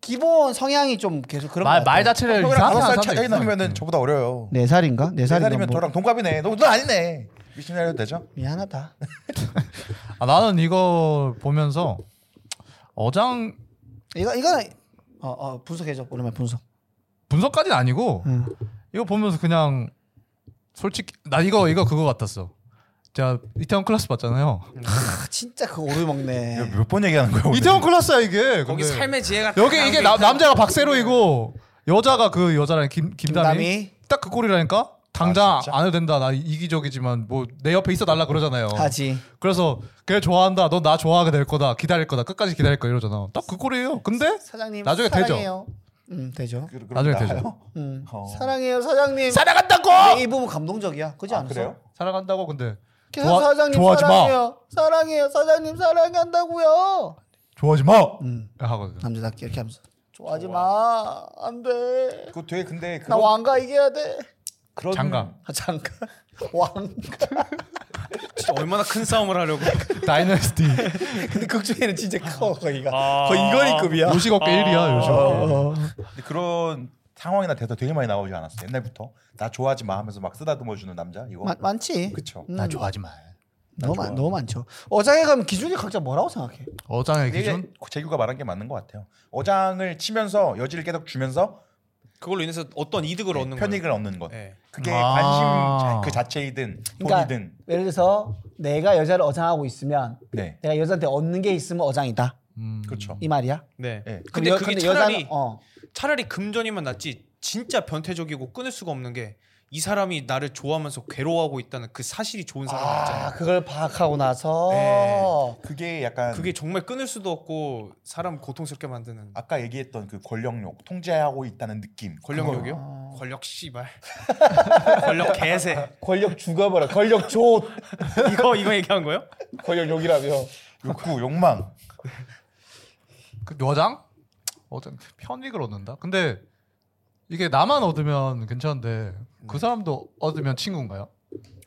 Speaker 2: 기본 성향이 좀 계속 그런
Speaker 4: 말
Speaker 2: 것 같아.
Speaker 4: 말 자체를
Speaker 3: 형이랑
Speaker 4: 네, 이상하게
Speaker 3: 다섯 살
Speaker 4: 하는 사람도
Speaker 3: 차이
Speaker 4: 있어요.
Speaker 3: 나면은 저보다 어려요.
Speaker 2: 네 살인가? 네
Speaker 3: 네
Speaker 2: 살인가?
Speaker 3: 살이면
Speaker 2: 뭐.
Speaker 3: 저랑 동갑이네. 너, 너 아니네. 미친년 해도 되죠?
Speaker 2: 미안하다.
Speaker 4: 아, 나는 이거 보면서 어장
Speaker 2: 이거 이거 어, 어 분석해줘 오랜만에 분석.
Speaker 4: 분석까지는 아니고
Speaker 2: 음.
Speaker 4: 이거 보면서 그냥 솔직히 나 이거 이거 그거 같았어. 제가 이태원 클라스 봤잖아요.
Speaker 3: 음.
Speaker 2: 아, 진짜 그거 오류 먹네.
Speaker 3: 몇 번 얘기하는 거야? 뭐, 오늘?
Speaker 4: 이태원 클라스야 이게.
Speaker 1: 거기
Speaker 4: 근데
Speaker 1: 삶의 지혜가
Speaker 4: 여기 이게 나- 남자가 박세로이고 여자가 그 여자랑 김 김다미,
Speaker 2: 김다미?
Speaker 4: 딱 그 꼴이라니까 당장
Speaker 3: 아, 진짜?
Speaker 4: 안 해도 된다. 나 이기적이지만 뭐 내 옆에 있어 달라 그러잖아요.
Speaker 2: 하지.
Speaker 4: 그래서 걔 좋아한다. 너 나 좋아하게 될 거다. 기다릴 거다. 끝까지 기다릴 거야 이러잖아. 딱 그 꼴이에요. 근데
Speaker 2: 사장님
Speaker 4: 나중에 되죠.
Speaker 2: 사랑해요. 음 되죠.
Speaker 3: 그- 그럼
Speaker 4: 나중에
Speaker 3: 나가요?
Speaker 4: 되죠.
Speaker 2: 음
Speaker 3: 어.
Speaker 2: 사랑해요 사장님.
Speaker 3: 사랑한다고.
Speaker 2: 근데 이 부분 감동적이야. 그지
Speaker 3: 아,
Speaker 2: 않았어?
Speaker 3: 그래요?
Speaker 4: 사랑한다고 근데
Speaker 2: 계속
Speaker 4: 좋아-
Speaker 2: 사장님
Speaker 4: 좋아하지 마.
Speaker 2: 사랑해요. 사랑해요 사장님 사랑한다고요.
Speaker 4: 좋아하지 마.
Speaker 2: 음
Speaker 4: 하거든.
Speaker 2: 남자답게 이렇게 하면서 좋아하지 마. 안 돼.
Speaker 3: 그거 되게 근데
Speaker 2: 나
Speaker 3: 그런
Speaker 2: 왕가 이겨야 돼.
Speaker 3: 그런
Speaker 4: 장가.
Speaker 2: 아, 잠깐 <laughs> 왕가.
Speaker 1: 진짜 얼마나 큰 싸움을 하려고.
Speaker 2: <laughs>
Speaker 4: 다이너스티
Speaker 2: 근데 극 중에는 진짜 커 거기가
Speaker 1: 아.
Speaker 2: 거의 이거리급이야.
Speaker 4: 요식업계 1위야
Speaker 2: 어,
Speaker 4: 요식업계.
Speaker 2: 어.
Speaker 3: 근데 그런 상황이나 대사 되게 많이 나오지 않았어요. 옛날부터 나 좋아하지 마 하면서 막 쓰다듬어 주는 남자 이거.
Speaker 2: 많- 많지.
Speaker 3: 그쵸.
Speaker 2: 음.
Speaker 4: 나 좋아하지 마.
Speaker 2: 너무 많, 너무 많죠. 어장에 가면 기준이 각자 뭐라고 생각해?
Speaker 4: 어장의
Speaker 3: 이게
Speaker 4: 그 기준?
Speaker 3: 재규가 말한 게 맞는 것 같아요. 어장을 치면서 여지를 계속 주면서
Speaker 1: <laughs>
Speaker 3: 네,
Speaker 1: 그걸로 인해서 어떤 이득을 얻는 네, 거예요.
Speaker 3: 편익을 얻는 것.
Speaker 1: 예.
Speaker 3: 그게
Speaker 4: 아.
Speaker 3: 관심 자- 그 자체이든
Speaker 2: 그러니까
Speaker 3: 돈이든.
Speaker 2: 예를 들어서 내가 여자를 어장하고 있으면
Speaker 3: 네.
Speaker 2: 내가 여자한테 얻는 게 있으면 어장이다
Speaker 4: 음.
Speaker 3: 그렇죠.
Speaker 2: 이 말이야.
Speaker 1: 네.
Speaker 3: 예.
Speaker 1: 근데
Speaker 2: 여-
Speaker 1: 그게
Speaker 2: 여자는-
Speaker 1: 차라리
Speaker 2: 어.
Speaker 1: 차라리 금전이면 낫지 진짜 변태적이고 끊을 수가 없는 게 이 사람이 나를 좋아하면서 괴로워하고 있다는 그 사실이 좋은 사람 이
Speaker 2: 아
Speaker 1: 있잖아요.
Speaker 2: 그걸 파악하고 나서
Speaker 1: 네.
Speaker 3: 그게 약간
Speaker 1: 그게 정말 끊을 수도 없고 사람 고통스럽게 만드는
Speaker 3: 아까 얘기했던 그 권력욕 통제하고 있다는 느낌.
Speaker 1: 권력욕이요? 권력 씨발. <laughs> 권력 개새.
Speaker 2: 권력 죽어버려. 권력 줘.
Speaker 1: 이거 이거 얘기한 거예요?
Speaker 2: 권력 욕이라며.
Speaker 3: 욕구, 욕망.
Speaker 4: 그 여장? 어장 편익을 얻는다. 근데 이게 나만 얻으면 괜찮은데 그 사람도 얻으면 친구인가요?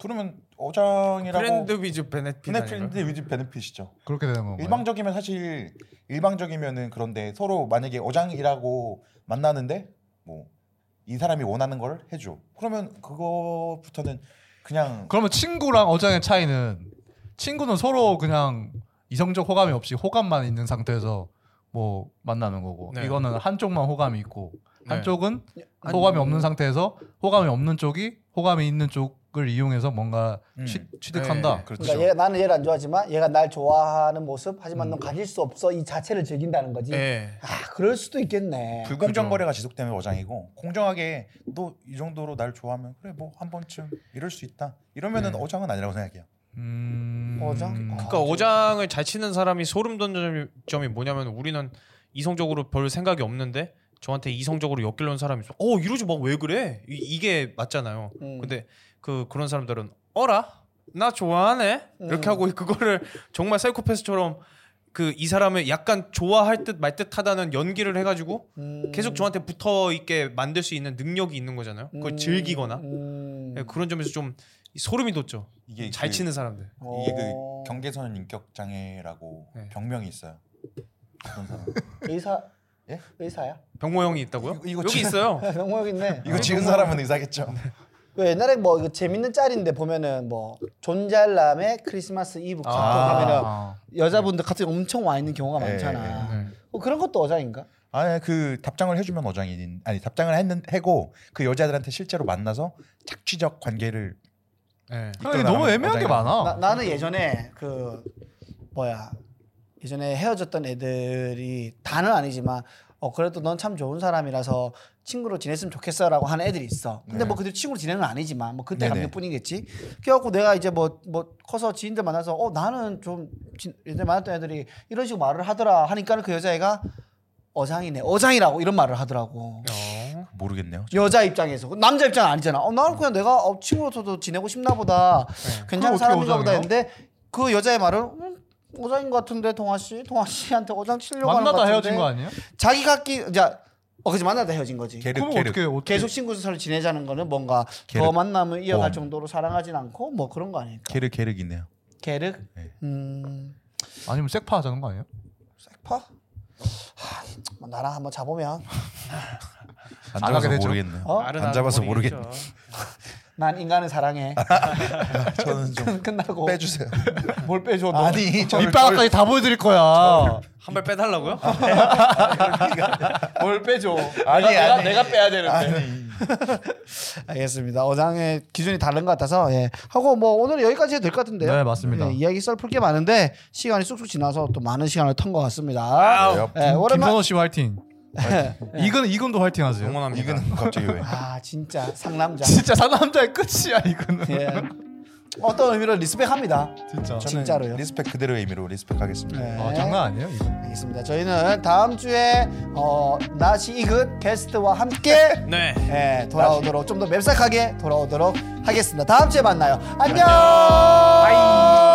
Speaker 3: 그러면 어장이라고
Speaker 1: 프렌드 위즈 베네핏
Speaker 3: 비네
Speaker 1: 아닌가요?
Speaker 3: 프렌드 위드 베네핏이죠.
Speaker 4: 그렇게 되는 건가요?
Speaker 3: 일방적이면 사실 일방적이면은 그런데 서로 만약에 어장이라고 만나는데 뭐 이 사람이 원하는 걸 해줘. 그러면 그거부터는 그냥
Speaker 4: 그러면 친구랑 어장의 차이는 친구는 서로 그냥 이성적 호감이 없이 호감만 있는 상태에서 뭐 만나는 거고
Speaker 1: 네.
Speaker 4: 이거는 한쪽만 호감이 있고
Speaker 1: 네.
Speaker 4: 한쪽은 호감이 없는 상태에서 호감이 없는 쪽이 호감이 있는 쪽을 이용해서 뭔가
Speaker 3: 음.
Speaker 4: 취, 취득한다.
Speaker 1: 네.
Speaker 3: 그렇죠.
Speaker 2: 그러니까 얘, 나는 얘를 안 좋아하지만 얘가 날 좋아하는 모습 하지만
Speaker 1: 음.
Speaker 2: 넌 가질 수 없어 이 자체를 즐긴다는 거지.
Speaker 1: 예.
Speaker 2: 아 그럴 수도 있겠네.
Speaker 3: 불공정
Speaker 4: 그죠.
Speaker 3: 거래가 지속되면 어장이고 공정하게 너 이 정도로 날 좋아하면 그래 뭐 한 번쯤 이럴 수 있다. 이러면은 어장은 아니라고 생각해요.
Speaker 4: 음...
Speaker 2: 어장?
Speaker 1: 그러니까
Speaker 2: 네.
Speaker 1: 어장을 잘 치는 사람이 소름 돋는 점이 뭐냐면 우리는 이성적으로 별 생각이 없는데 저한테 이성적으로 엮이려는 사람이 있어. 어 이러지 마 왜 그래? 이, 이게 맞잖아요.
Speaker 2: 음.
Speaker 1: 근데 그 그런 사람들은 어라 나 좋아하네 이렇게 하고 <laughs> 그거를 정말 사이코패스처럼 그 이 사람을 약간 좋아할 듯 말 듯하다는 연기를 해가지고
Speaker 2: 음.
Speaker 1: 계속 저한테 붙어 있게 만들 수 있는 능력이 있는 거잖아요. 그걸
Speaker 2: 음.
Speaker 1: 즐기거나
Speaker 2: 음.
Speaker 1: 예, 그런 점에서 좀 소름이 돋죠.
Speaker 3: 이게
Speaker 1: 잘
Speaker 3: 그-
Speaker 1: 치는 사람들.
Speaker 3: 이게
Speaker 2: 어.
Speaker 3: 그 경계선 인격 장애라고
Speaker 1: 네.
Speaker 3: 병명이 있어요. 그런 사람.
Speaker 2: 의사
Speaker 3: 예?
Speaker 2: 의사야? <laughs>
Speaker 1: 병모 형이 있다고요?
Speaker 3: 이거- 이거
Speaker 1: 여기
Speaker 3: 진-
Speaker 1: 있어요.
Speaker 2: 병모역 있네.
Speaker 3: 이거 지은 사람은 의사겠죠.
Speaker 2: 그 옛날에 뭐 이거 재밌는 짤인데 보면은 뭐 존잘남의 크리스마스 이브 카톡 하면은
Speaker 4: 아.
Speaker 2: 여자분들 같은 엄청 와 있는 경우가
Speaker 3: 예,
Speaker 2: 많잖아.
Speaker 4: 네.
Speaker 2: 뭐 그런 것도 어장인가?
Speaker 3: <laughs> 아니 그 답장을 해주면 어장이 아니 답장을 했는 해고 그 여자들한테 실제로 만나서 착취적 관계를
Speaker 1: 예.
Speaker 4: 그러니까 이게 너무 애매한 게 많아.
Speaker 2: 나, 나는 예전에 그 뭐야 예전에 헤어졌던 애들이 다는 아니지만 어 그래도 넌 참 좋은 사람이라서 친구로 지냈으면 좋겠어라고 하는 애들이 있어. 근데 뭐 그들 친구로 지내는 아니지만 뭐 그때
Speaker 3: 네. 네네.
Speaker 2: 감정뿐이겠지. 그래갖고 내가 이제 뭐 뭐 커서 지인들 만나서 어 나는 좀 진- 예전에 만났던 애들이 이런 식으로 말을 하더라 하니까는 그 여자애가 어장이네 어장이라고 이런 말을 하더라고.
Speaker 1: 어.
Speaker 3: 모르겠네요.
Speaker 4: 그렇죠.
Speaker 2: 여자 입장에서 남자 입장 은 아니잖아. 어, 나는 그냥 내가 어, 친구로서도 지내고 싶나 보다. 괜찮은
Speaker 4: 네. 그걸 어떻게
Speaker 2: 사람인가 보다
Speaker 4: 어장이요?
Speaker 2: 했는데 그 여자의 말은 음, 어장인 것 같은데 동아 씨, 동아 씨한테 어장 치려고 하는 것
Speaker 4: 만나다
Speaker 2: 같은데.
Speaker 4: 헤어진 거 아니에요?
Speaker 2: 자기가 끼, 자, 어, 그지 만나다 헤어진 거지.
Speaker 3: 게르
Speaker 4: 예, 그럼
Speaker 3: 게르
Speaker 4: 어떻게 어떻게
Speaker 2: 계속 친구로 지내자는 거는 뭔가 더
Speaker 3: 계륵.
Speaker 2: 만남을 이어갈
Speaker 3: 보험.
Speaker 2: 정도로 사랑하진 않고 뭐 그런 거 아닐까?
Speaker 3: 게르 게르기네요.
Speaker 2: 계륵?
Speaker 3: 네.
Speaker 2: 음,
Speaker 4: 아니면 섹파 하자는 거 아니에요?
Speaker 2: 색파? 하, 뭐 나랑 한번 자보면
Speaker 3: 안
Speaker 4: 안 하게
Speaker 3: 잡아서
Speaker 4: 되죠.
Speaker 3: 모르겠네요.
Speaker 2: 어?
Speaker 1: 말은
Speaker 3: 안
Speaker 1: 하는
Speaker 3: 잡아서
Speaker 1: 모르겠죠.
Speaker 2: 난 인간은
Speaker 4: <laughs>
Speaker 2: 사랑해.
Speaker 3: 저는
Speaker 2: <laughs>
Speaker 3: 좀
Speaker 2: 끝나고
Speaker 3: 빼주세요.
Speaker 4: 뭘 빼줘?
Speaker 3: 아니 저를
Speaker 4: 밑바닥까지 다 보여드릴 거야.
Speaker 1: 한 발
Speaker 3: <laughs>
Speaker 1: 빼달라고요?
Speaker 4: 뭘 빼줘?
Speaker 3: 아니,
Speaker 4: 내가,
Speaker 3: 아니.
Speaker 4: 내가 빼야 되는데.
Speaker 2: 알겠습니다. 어장의 기준이 다른 것 같아서 예. 하고 뭐 오늘 여기까지 해도 될 것 같은데요.
Speaker 4: 네, 맞습니다.
Speaker 2: 예, 이야기 썰 풀 게 많은데 시간이 쑥쑥 지나서 또 많은 시간을 턴 것 같습니다.
Speaker 1: 와우.
Speaker 2: 예, 오랜만 <laughs>
Speaker 4: 김선호 씨 화이팅. 이건 이건도 화이팅하세요.
Speaker 1: 응원합니다.
Speaker 3: 이거는 갑자기 왜?
Speaker 2: 아 진짜 상남자. <laughs>
Speaker 4: 진짜 상남자의 끝이야 이거는.
Speaker 2: 예. 어떤 의미로 리스펙합니다.
Speaker 4: 진짜.
Speaker 2: 진짜로요.
Speaker 3: 리스펙 그대로의 의미로 리스펙하겠습니다.
Speaker 2: 네.
Speaker 4: 아, 장난 아니에요 이거.
Speaker 2: 알겠습니다. 저희는 다음 주에 어, 나시 이긋 게스트와 함께
Speaker 1: 네.
Speaker 2: 예,
Speaker 3: 어.
Speaker 2: 돌아오도록 좀 더 맵싹하게 돌아오도록 하겠습니다. 다음 주에 만나요. 안녕.